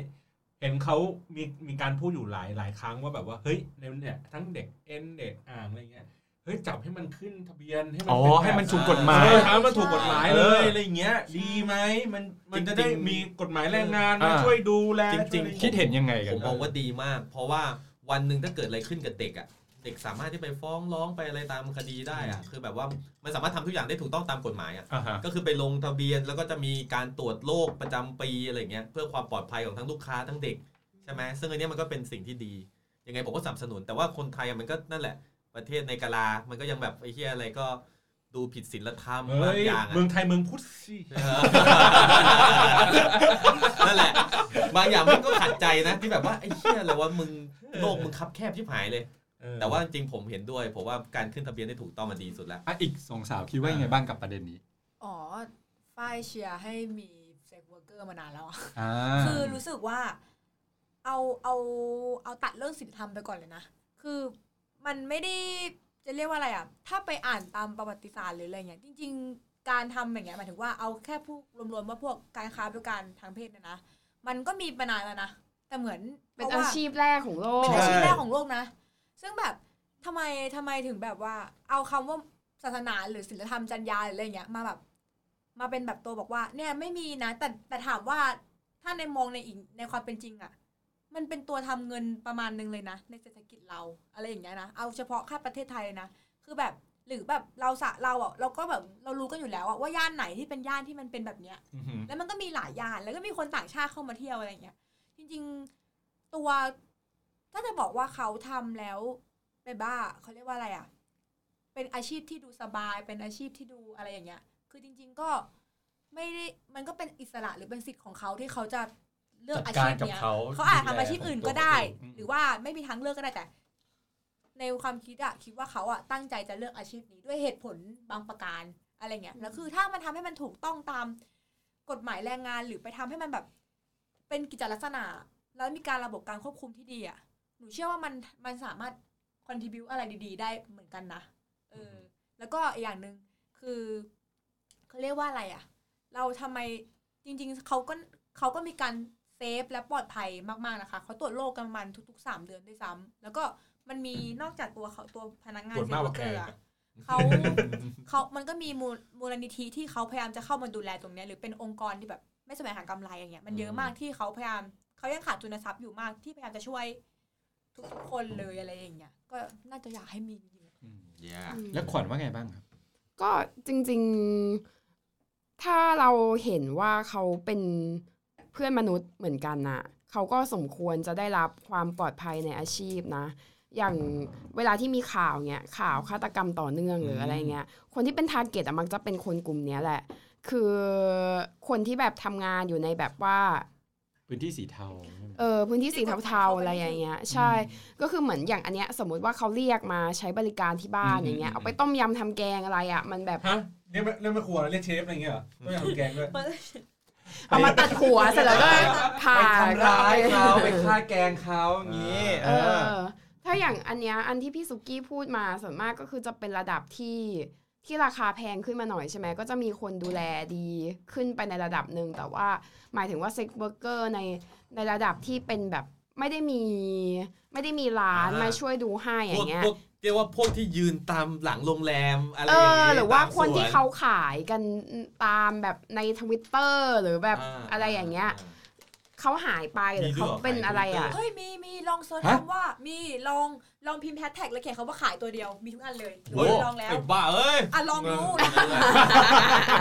เห็นเขามีมีการพูดอยู่หลายหลายครั้งว่าแบบว่าเฮ้ยในเนี่ยทั้งเด็กเอ็นเด็กอ่างอะไรเงี้ย เฮ้ยจับให้มันขึ้นทะเบียนให้มั อ๋อ เป็แบบ ให้มันถูกกฎหมาย เออทำให้มันถูกกฎหมายเลยอะไรอย่างเงี้ย ใช่ ดีไหมมันมัน จริงๆ จะได้มีกฎหมายแรงงาน อ่า มาช่วยดูแล จริง ช่วย คิดเห็นยังไงกั ผ น มมองว่าดีมาก เพราะว่าวันหนึ่งถ้าเกิดอะไรขึ้นกับเด็กอ่ะเด็กสามารถที่ไปฟ้องร้องไปอะไรตามคดีได้อ่ะคือแบบว่ามันสามารถทำทุกอย่างได้ถูกต้องตามกฎหมายอ่ะ อ่าฮะ ก็คือไปลงทะเบียนแล้วก็จะมีการตรวจโรคประจำปีอะไรเงี้ยเพื่อความปลอดภัยของทั้งลูกค้าทั้งเด็กใช่ไหมซึ่งอันเนี้ยมันก็เป็นสิ่งที่ดียังไงผมก็สนับสนุน แต่ว่าคนไทยอ่ะมันก็นั่นแหละ ประเทศในกาลา มันก็ยังแบบไอ้เหี้ยอะไรก็ดูผิดศีลธรรมบา เฮ้ ง ย อย่างอะ เมืองไทยเมืองพุทธสิ เออ นั่นแหละ บางอย่างมันก็ขัดใจนะ ที่แบบว่า ไอ้เหี้ยอะไรวะมึงโลกมึงคับแคบชิบหายเลย เออ แต่ว่าจริงผมเห็นด้วย ผมว่าการขึ้นทะเบียนได้ถูกต้องมันดีสุดแล้ว อ่ะอีกสองสาวคิดว่ายังไงบ้างกับประเด็นนี้ อ๋อฝ้ายเชียร์ให้มีเซ็กเวิร์กเกอร์มานานแล้วอะ อ่า คือรู้สึกว่า เอาเอาเอาตัดเรื่องศีลธรรมไปก่อนเลยนะ คือมันไม่ได้จะเรียกว่าอะไรอ่ะ ถ้าไปอ่านตามประวัติศาสตร์หรืออะไรเงี้ยจริง ๆ การทำอย่างเงี้ยหมายถึงว่าเอาแค่พวกรวมๆว่าพวกการค้าบริการทางเพศเนะนะ มันก็มีมานานแล้วนะ แต่เหมือน เป็น พระ อา ว่ ชีพแรกของโลก เป็นอาชีพแรกของโลกนะ ซึ่งแบบทำไมทำไมถึงแบบว่า เอาคำว่าศาสนาหรือศีลธรรมจรรยาหรืออะไรเงี้ยมาแบบ มาเป็นแบบตัวบอกว่า เนี่ยไม่มีนะ แต่แต่ถามว่าถ้าในมองในอีกในความเป็นจริงอะมันเป็นตัวทำเงินประมาณนึงเลยนะ ในเศรษฐกิจเราอะไรอย่างเงี้ยนะ เอาเฉพาะค่าประเทศไทยนะ คือแบบหรือแบบเราสะเราอะเราก็แบบเรารู้กันอยู่แล้วอะว่าย่านไหนที่เป็นย่านที่มันเป็นแบบเนี้ย อหือ แล้วมันก็มีหลายย่านแล้วก็มีคนต่างชาติเข้ามาเที่ยวอะไรอย่างเงี้ย จริงๆตัวถ้าจะบอกว่าเขาทำแล้วเป็นบ้าเขาเรียกว่าอะไรอ่ะ เป็นอาชีพที่ดูสบาย เป็นอาชีพที่ดูอะไรอย่างเงี้ย คือจริง ๆก็ไม่ได้มันก็เป็นอิสระหรือเป็นสิทธิ์ของเขาที่เขาจะเลือก จัด อา การ ชีพ กับ เนี้ย เขา เขาอาจทำอาชีพอื่นก็ได้ อืม หรือว่าไม่มีทางเลือกก็ได้แต่ ในความคิดอะคิดว่าเขาอะตั้งใจจะเลือกอาชีพนี้ด้วยเหตุผลบางประการอะไรเงี้ยแล้วคือถ้ามันทำให้มันถูกต้องตามกฎหมายแรงงานหรือไปทำให้มันแบบ เป็นกิจลักษณะ แล้วมีการระบบการควบคุมที่ดีอะหนูเชื่อว่ามันมันสามารถคอนทิบิวอะไรดี ๆ ได้เหมือนกันนะเอออแล้วก็อีกอย่างหนึ่งคือเขาเรียกว่าอะไรอะเราทำไม จริงๆ เขาก็เขาก็มีการเซฟและปลอดภัยมากๆนะคะ เขาตรวจโรคกันประมันทุกๆ 3 เดือนด้วยซ้ำแล้วก็มันมีนอกจากตัวเขาตัวพนักงาน ปวดมากกว่า เซ แขกฟเวอร์เกอร์อะเขาเขามันก็มีมูลมูลนิธิที่เขาพยายามจะเข้ามาดูแลตรงเนี้ยหรือเป็นองค์กรที่แบบไม่แสวงหากำไรอย่างเงี้ยมันเยอะมากที่เขาพยายามเขายังขาดทุนทรัพย์อยู่มากที่พยายามจะช่วยทุกๆคนเลยอะไรอย่างเงี้ยก็น่าจะอยากให้มีเยอะ แล้วขวัญว่าไงบ้างครับ ก็จริงๆ ถ้าเราเห็นว่าเขาเป็นเพื่อนมนุษย์เหมือนกันน่ะ เขาก็สมควรจะได้รับความปลอดภัยในอาชีพนะ อย่างเวลาที่มีข่าวเนี้ยข่าวฆาตกรรมต่อเนื่องหรืออะไรเงี้ย คนที่เป็นทาร์เก็ตมักจะเป็นคนกลุ่มเนี้ยแหละ คือคนที่แบบทำงานอยู่ในแบบว่า พื้นที่สีเทาใช่ไหม เออพื้นที่สีเทาๆอะไรอย่างเงี้ยใช่ ก็คือเหมือนอย่างอันเนี้ยสมมุติว่าเขาเรียกมาใช้บริการที่บ้านอย่างเงี้ยเอาไปต้มยำทำแกงอะไรอ่ะมันแบบ ฮะเนี่ยกไม่เรียกไม่ครัวเรียกเชฟอะไรอย่างเงี้ยเหรอไม่เอาแกงด้วย เอามาตัดหัวเสร็จแล้วก็ผ่า ไปทำร้ายเขาไปฆ่าแกล้งเขาอย่างนี้ เอ เออ อ ถ้าอย่างอันเนี้ยอันที่พี่สุกี้พูดมาส่วนมากก็คือจะเป็นระดับที่ที่ราคาแพงขึ้นมาหน่อยใช่ไหมก็จะมีคนดูแลดีขึ้นไปในระดับหนึ่งแต่ว่าหมายถึงว่าเซ็กเบอร์เกอร์ในในระดับที่เป็นแบบไม่ได้มีไม่ได้มีร้าน อ่าม มาช่วยดูให้พอวก ย่างเงี้ย พวกเรียกว่าพวกที่ยืนตามหลังโรงแรมอะไร เอ อย่าง อ เงี้ย หรือว่า ตมส คนที่ น เขาขายกันตามแบบในทวิตเตอร์หรือแบบอะไรอย่างเงี้ยเขาหายไปหรือ มีด้วย เขา เหรอ เป็น ขาย อะไรอ่ะ Twitter เฮ้ยมีมีลองเซิร์ช ฮะ คำว่า มีลองลองพิมพ์แฮชแท็กแล้วเขียนคำว่าขายตัวเดียวมีทุกอันเลยหนู โอ้ย ลองแล้ว ไอ้บ้าเอ้ย อ่ะลองดู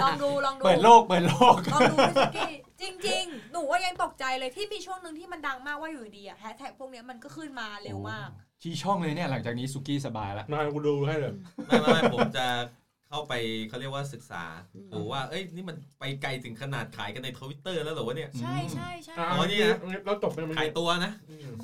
ลองดู ลองดู เปิดโลกเปิดโลก ลองดูพี่สุกี้จริง ๆ หนูว่ายังตกใจเลยที่มีช่วงหนึ่งที่มันดังมากว่าอยู่ดีอะแฮชแท็กพวกเนี้ยมันก็ขึ้นมาเร็วมาก ชี้ช่องเลยเนี่ยหลังจากนี้สุกี้สบายละ มากูดูให้เลย ไม่ไม่ไม่ผมจะเข้าไปเขาเรียกว่าศึกษา อืม ดูว่า เอ้ยนี่มันไปไกลถึงขนาดขายกันในทวิตเตอร์แล้วเหรอวะเนี่ย ใช่ใช่ใช่ อ๋ อนี่นะ แล้วจบเป็นมัน ขายตัวนะ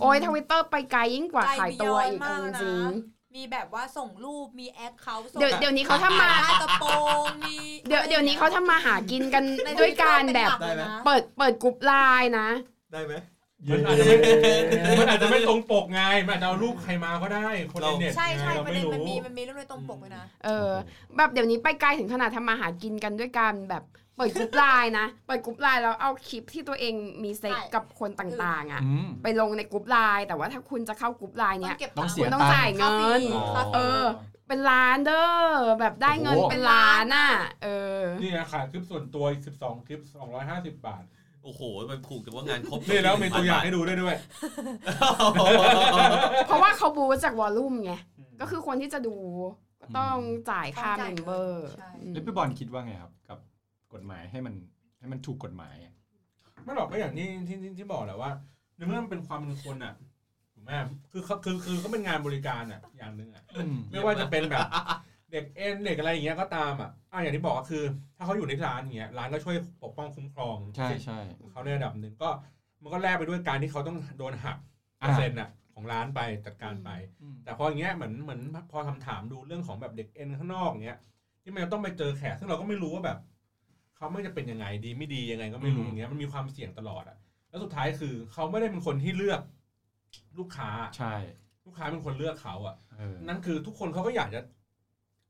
โอ้ยทวิตเตอร์ไปไกลยิ่งกว่า ใจ ขาย มี ตัว ย้อน อีก มา เอา ก จ นะ ริง มีแบบว่าส่งรูปมีแอคเขา ๆ ส่ง เดี๋ยวเดี๋ยวนี้เขาทำมา ผ้ากระโปรงมี เดี๋ยวเดี๋ยวนี้เขาทำมาหากินกัน ใน ด้วย Twitter การแบบ เป็นหลักเลยนะ เปิดเปิดกลุ่มไลน์นะ ได้ไหม มันอาจจะไม่มันอาจจะไม่ตรงปกไงมันอาจจะเอารูปใครมาก็ได้ คนในเน็ต ใช่ใช่ ไงเรา ประ ไม่ เด็น รู้ มันมีมันมีเรื่องในตรงปกเลยนะ เออ แบบเดี๋ยวนี้ไปไกลถึงขนาดทำมาหากินกันด้วยการแบบเปิดกลุ่มไลน์นะเปิดกลุ่มไลน์แล้วเอาคลิปที่ตัวเองมีเซ็ก ใช่ กับคนต่างๆอ่ะ อืม ไปลงในกลุ่มไลน์แต่ว่าถ้าคุณจะเข้า กลุ่มไลน์ ต้อ เนี้ ง ย เก็บ ต้องเสีย คุณต้อง ตังค์ จ่ายเงิน ค่าฟรีค่าฟรี เออ เป็นล้านเด้อแบบได้เงิน โอ้โห เป็นล้านอ่ะ เออ นี่นะค่ะคลิปส่วนตัวอีก12 คลิป 250 บาท โอ้โห มันถูกแต่ว่างานครบ นี่แล้วมีตัวอย่างให้ดูด้วยด้วย เพราะว่าเขาบูจากวอลลุ่มไง ก็คือคนที่จะดูก็ต้องจ่ายค่าเมต้องจ่าย มเบอร์ ใช่ แล้วพี่บอลคิดว่าไงครับ กับกฎหมายให้มันให้มันถูกกฎหมายอะ ไม่หรอกก็อย่างที่ที่ที่ที่บอกแหละว่าในเมื่อมันเป็นความเป็นคนอ่ะถูกไหมคือเขาคือคือเขาเป็นงานบริการอ่ะอย่างหนึ่งอ่ะ อืม ไม่ว่าจะเป็นแบบเด็กเอ็นเด็กอะไรอย่างเงี้ยก็ตามอ่ะอ่ะอย่างที่บอกก็คือ ถ้าเขาอยู่ในร้านอย่างเงี้ยร้านก็ช่วยปกป้องคุ้มครอง ใช่ สิทธิ์ ใช่ ของเขาในระดับหนึ่งก็มันก็แลกไปด้วยการที่เขาต้องโดนหักเปอ อ่า ร์เซ็นต์อ่ะของร้านไปจัดการไป อืม แต่พออย่างเงี้ยเหมือนเหมือนพอทำถามดูเรื่องของแบบเด็กเอ็นข้างนอกอย่างเงี้ยที่มันจะต้องไปเจอแขกซึ่งเราก็ไม่รู้ว่าแบบเขาไม่จะเป็นยังไงดีไม่ดียังไงก็ไม่รู้อย่างเงี้ยมันมีความเสี่ยงตลอดอะแล้วสุดท้ายคือเขาไม่ได้เป็นคนที่เลือกลูกค้า ใช่ ลูกค้าเป็นคนเลือกเขาอะ เออ นั่นคือทุกคนเขาก็อยากจะ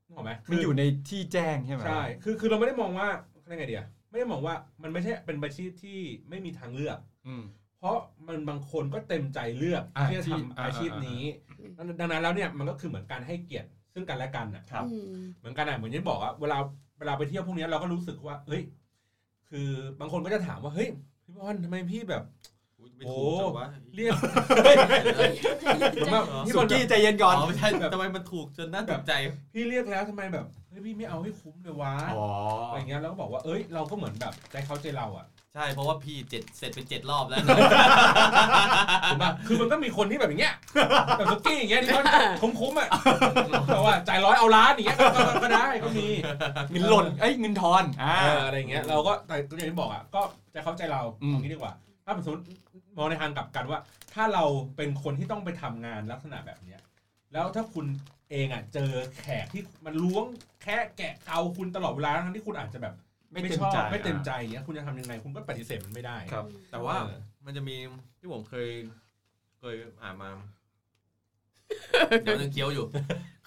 นึกออกไหม มันอยู่ในที่แจ้งใช่ไหม ใช่คือคือเราไม่ได้มองว่าเรียกไงเดียไม่ได้มองว่ามันไม่ใช่เป็นอาชีพที่ไม่มีทางเลือก อืม เพราะมันบางคนก็เต็มใจเลือก อ่า ที่จะ ที่ ทำอาชีพ อ่าอ่า นี้ อืม ดังนั้นแล้วเนี่ยมันก็คือเหมือนการให้เกียรติซึ่งกันและกันอ่ะ ครับ อืม เหมือนกันอ่ะเหมือนที่บอกว่าเวลาเวลาไปเที่ยวพวกเนี้ยเราก็รู้สึกว่าเฮ้ยคือบางคนก็จะถามว่าเฮ้ยพี่บอลทำไมพี่ แบบ ไม่ถูกจังวะ เรียกเหมือนแบบพี่บบ อพี่อ ล ล จะ กี้ใจเย็นก่ อ๋ อน อไม่ใช่ทำไมมันถูกจนน่าตกใจ พี่เรียกแล้วทำไมแบบเฮ้ยพี่ไม่เอาให้คุ้มเลยวะ อ๋อ อะไรเงี้ยเราก็บอกว่าเอ้ยเราก็เหมือนแบบใจเขาใจเรา อ่ะ ใช่เพราะว่าพี่เจ็ดเสร็จเป็นเจ็ดรอบแล้ว ถูกปะคือมันก็มีคนที่แบบอย่างเงี้ยแบบสุกี้อย่างเงี้ยที่เขาคุ้มคุ้ม ๆอ่ะ แต่ว่าจ่ายร้อยเอาล้านอย่างเงี้ยก็ก็ก็ได้ก็มี เงินหล่นเอ้ยเงินทอนอ่า เอออะไรอย่างเงี้ยเราก็แต่ก็อย่างที่บอกอ่ะก็จะเข้าใจเรา อืม เอางี้ดีกว่า ถ้าสมมติมองในทางกลับกันว่า ถ้าเราเป็นคนที่ต้องไปทำงานลักษณะแบบเนี้ยแล้วถ้าคุณเองอ่ะเจอแขกที่มันล้วงแค่แกะเกาคุณตลอดเวลาทั้งที่คุณอาจจะแบบ ไม่เต็ม ชอบ ใจ ไม่เต็มใจอย่างเงี้ยคุณจะทำยังไงคุณก็ปฏิเสธมันไม่ได้ ครับ แต่ว่า เออ มันจะมีที่ผมเคย เคยอ่านมา เดี๋ยวยังเคี้ยวอยู่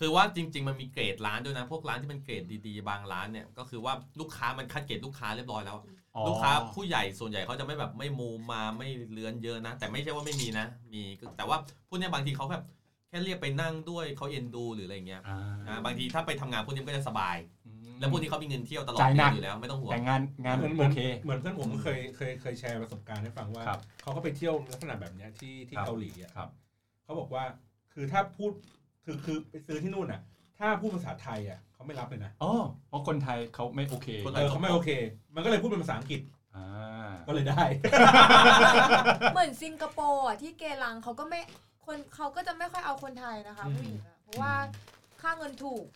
คือว่าจริง ๆ มันมีเกรดร้านด้วยนะ พวกร้านที่มันเกรดดีๆ บางร้านเนี่ย ก็คือว่าลูกค้ามันคัดเกรดลูกค้าเรียบร้อยแล้ว อ๋อ ลูกค้าผู้ใหญ่ส่วนใหญ่เขาจะไม่แบบไม่มูมาไม่เลื้อนเยอะนะ แต่ไม่ใช่ว่าไม่มีนะ มีก็แต่ว่าพวกเนี้ยบางทีเขาแบบแค่เรียกไปนั่งด้วยเขาเอ็นดูหรืออะไรอย่างเงี้ย อ่า นะบางทีถ้าไปทำงานพวกนี้มันก็จะสบาย อืม แล้วพวกนี้เขามีเงินเที่ยวตลอด จ่ายหนัก อยู่แล้วไม่ต้องห่วง แต่งานงาน เหมือนเหมื โอ อน เค เหมือนเพื่อนผมเคยเคยเคยแชร์ประสบการณ์ให้ฟังว่า ครับ เขาก็ไปเที่ยวลักษณะแบบเนี้ยที่ที่ ครับ เกาหลีอ่ะ ครับ เขาบอกว่าคือถ้าพูดคือคือไปซื้อที่นู่นอ่ะ ถ้าพูดภาษาไทยอ่ะเขาไม่รับเลยนะ อ๋อเพราะคนไทยเขาไม่โอเค คน เอ ไทย อเขาไม่โอเค มันก็เลยพูดเป็นภาษาอังกฤษ อ่า ก็เลยได้ เหมือนสิงคโปร์อ่ะที่เกลังเขาก็ไม่คนเขาก็จะไม่ค่อยเอาคนไทยนะคะผู้หญิงอะเพราะว่าค่าเงินถูก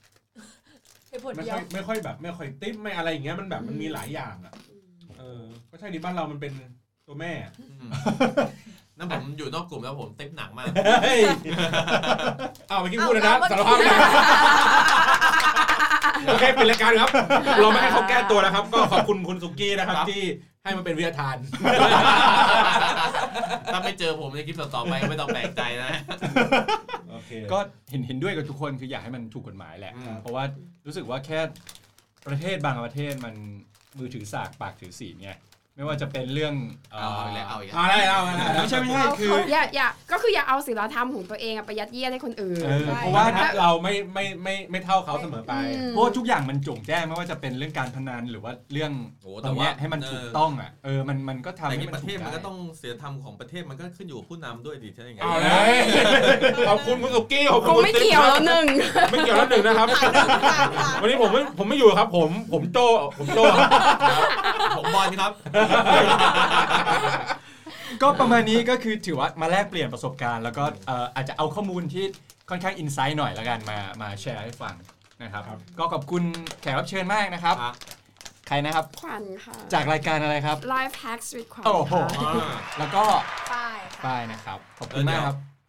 เหตุผล ไม่ เดีย ค่อวยไม่ค่อยแบบ ไม่ค่อยติ๊บไม่อะไรอย่างเงี้ยมันแบบมันมีหลายอย่างอ่ะเออก็ใช่ดิบ้านเรามันเป็นตัวแม่ อืมนั่นผมอยู่นอกกลุ่มแล้วผมเต็มหนักมาก เฮ้ย เอาเมื่อกี้พูดเลยนะ เมื่อ สาร กี้ ภาพนะโอเคเป็นรายการ ครับ เราไม่ให้เขาแก้ตัวแล้วครับ ก็ขอบคุณคุณสุกี้นะครับ ครับ ที่ให้มันเป็นวิทยาทาน ถ้าไม่เจอผมในคลิปต่อๆไปก็ไม่ต้องแปลกใจนะ โอเค ก็เห็นเห็นด้วยกับทุกคนคืออยากให้มันถูกกฎหมายแหละ อืม เพราะว่ารู้สึกว่าแค่ประเทศบางประเทศมันมือถือสากปากถือศีลไงไม่ว่าจะเป็นเรื่องเอ่ เอา อ อีกแล้วเอาอีกแล้ว เอาได้เอาได้ ไม่ใช่ไม่ใช่ เรา คือ เขาอย่าอย่าก็คืออย่าเอาศีลธรรมของตัวเองอะไปยัดเยียดให้คนอื่น เออ เพราะว่าเราไม่ไม่ไม่ไม่เท่าเขาเสมอไป อืม เพราะว่าทุกอย่างมันโจ่งแจ้งไม่ว่าจะเป็นเรื่องการพนันหรือว่าเรื่อง โอ้ ตร แต่ ง ว่า เนี้ยให้มันถูกต้องอ่ะเออมันมันก็ทำ แต่ ให้ ที่ มัน ประ ถู เท ก ศมัน ได้ ก็ต้องเสียธรรมของประเทศมันก็ขึ้นอยู่กับผู้นำด้วยดิใช่ไหมไง เอาเลย ขอบคุณคุณสุกี้ขอบ ค คุณ ง คุณ ไม่ ติ๊บ เกี่ยวแล้วหนึ่ง ไม่เกี่ยวแล้วหนึ่งนะครับ ต่างๆ วันนี้ผมไม่ผมไม่อยู่ครับ ผมผมโจผมโจ ผมบอลครับ ก็ประมาณนี้ก็คือถือว่ามาแลกเปลี่ยนประสบการณ์ แล้วก็เอ่ออาจจะเอาข้อมูลที่ค่อนข้างอินไซต์หน่อยละกันมามาแชร์ให้ฟังนะครับ ก็ขอบคุณแขกรับเชิญมากนะครับ ครับ ใครนะครับ ขวัญค่ะ จากรายการอะไรครับ Life Hacks with ขวัญ โอ้โห ค่ะ แล้วก็ ป้ายค่ะ ป้ายนะครับ ขอบคุณมาก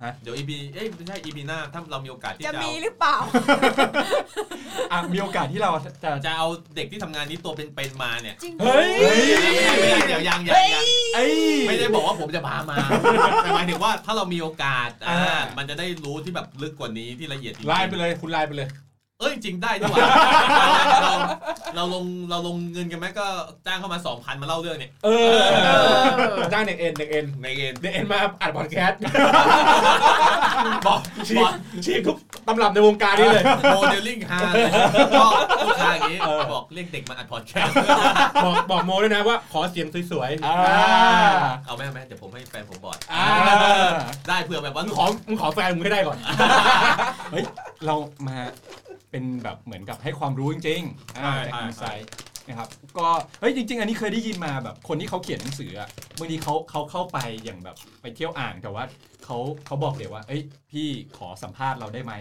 ครับ เดี๋ยวอีบีเอ้ยไม่ใช่อีบีหน้าถ้าเรามีโอกาสที่ จะ จะ มี เอา หรือเปล่า อ่ะมีโอกาสที่เราจะ จะเอาเด็กที่ทำงานนี้ตัวเป็นๆมาเนี่ย จริง เฮ้ย ไม่ได้เดี๋ยวยังยังยัง เอ้ย ไม่ได้บอกว่าผมจะพามา แต่หมายถึงว่าถ้าเรามีโอกาสอ่า อ่า มันจะได้รู้ที่แบบลึกกว่านี้ที่ละเอียดจริงๆ ไลน์ไปเลยคุณไลน์ไปเลย เอ้ยจริงได้ด้วยเรา เราลงเราลงเงินกันไหมก็จ้างเข้ามาสองพันมาเล่าเรื่องเนี่ย เออ เออ จ้างเด็กเอ็นเด็กเอ็น ในเกณฑ์ เด็กเอ็นมาอัดพอดแคส ต์ บอก ฉี บ ก อก ฉีกทุกตำรับในวงการนี้เลย โมเดลลิ่งฮาเลยก็ลูกค้าอย่างนี้ เออ บอกเรียกเด็กมาอัดพอดแคสต์ บอกบอกโมด้วยนะว่าขอเสียงสวยๆ อ่า เอาแม่แม่เดี๋ยวผมให้แฟนผมบอด อ่า ได้เผื่อแบบว่า มึงขอมึงขอแฟนมึงให้ได้ก่อน เฮ้ยเรามาเป็นแบบเหมือนกับให้ความรู้จริงๆอ่า ใช่ จากอิน ใช่ ไซต์นะครับก็เฮ้ยจริง ๆ อันนี้เคยได้ยินมาแบบคนที่เขาเขียนหนังสืออะบางทีเขาเขาเข้าไปอย่างแบบไปเที่ยวอ่างแต่ว่าเขาเขาบอกเลยว่า เอ้ยพี่ขอสัมภาษณ์เราได้ไหม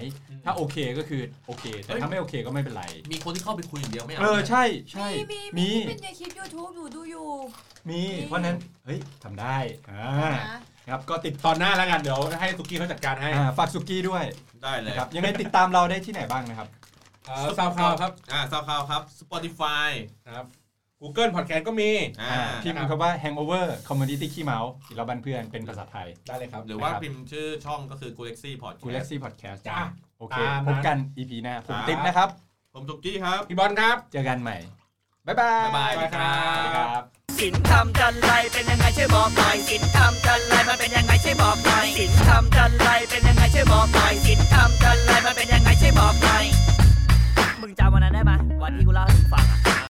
ถ้าโอเคก็คือโอเค แต่ถ้าไม่โอเคก็ไม่เป็นไร มีคนที่เข้าไปคุยอย่างเดียวไม่เอา เออใช่ใช่ มีมีมีมีเป็นในคลิป YouTube อยู่ดูอยู่ มี เพราะฉะนั้น เฮ้ยทำได้อ่า นะ ครับก็ติด ตอนหน้าแล้วกันเดี๋ยวให้สุกี้เขาจัดการให้ อ่าฝากสุกี้ด้วย ได้เลย นะครับยังไงติดตามเราได้ที่ไหนบ้างนะครับ ซาวคลาวครับ อ่าซาวคลาวครับ Spotify ครับ Google Podcast ก็มี อ่า พิมพ์คำว่า hangover community ขี้เมาศิลบันเพื่อนเป็นภาษาไทย ได้เลยครับ หรือว่า ครับ พิมพ์ชื่อช่องก็คือ Galaxy Podcast g a l a x y podcast จ้ะ โอเค ตามนั้น พบกัน EP หน้า ผม ครับ ติ๊บนะครับ ผมจุกกี้ครับ พี่บอลครับ เจอกันใหม่ บ๊ายบาย บ๊ายบาย สวัสดีครับ สินทำจันไรเป็นยังไงช่วยบอกหน่อยสินทำจัน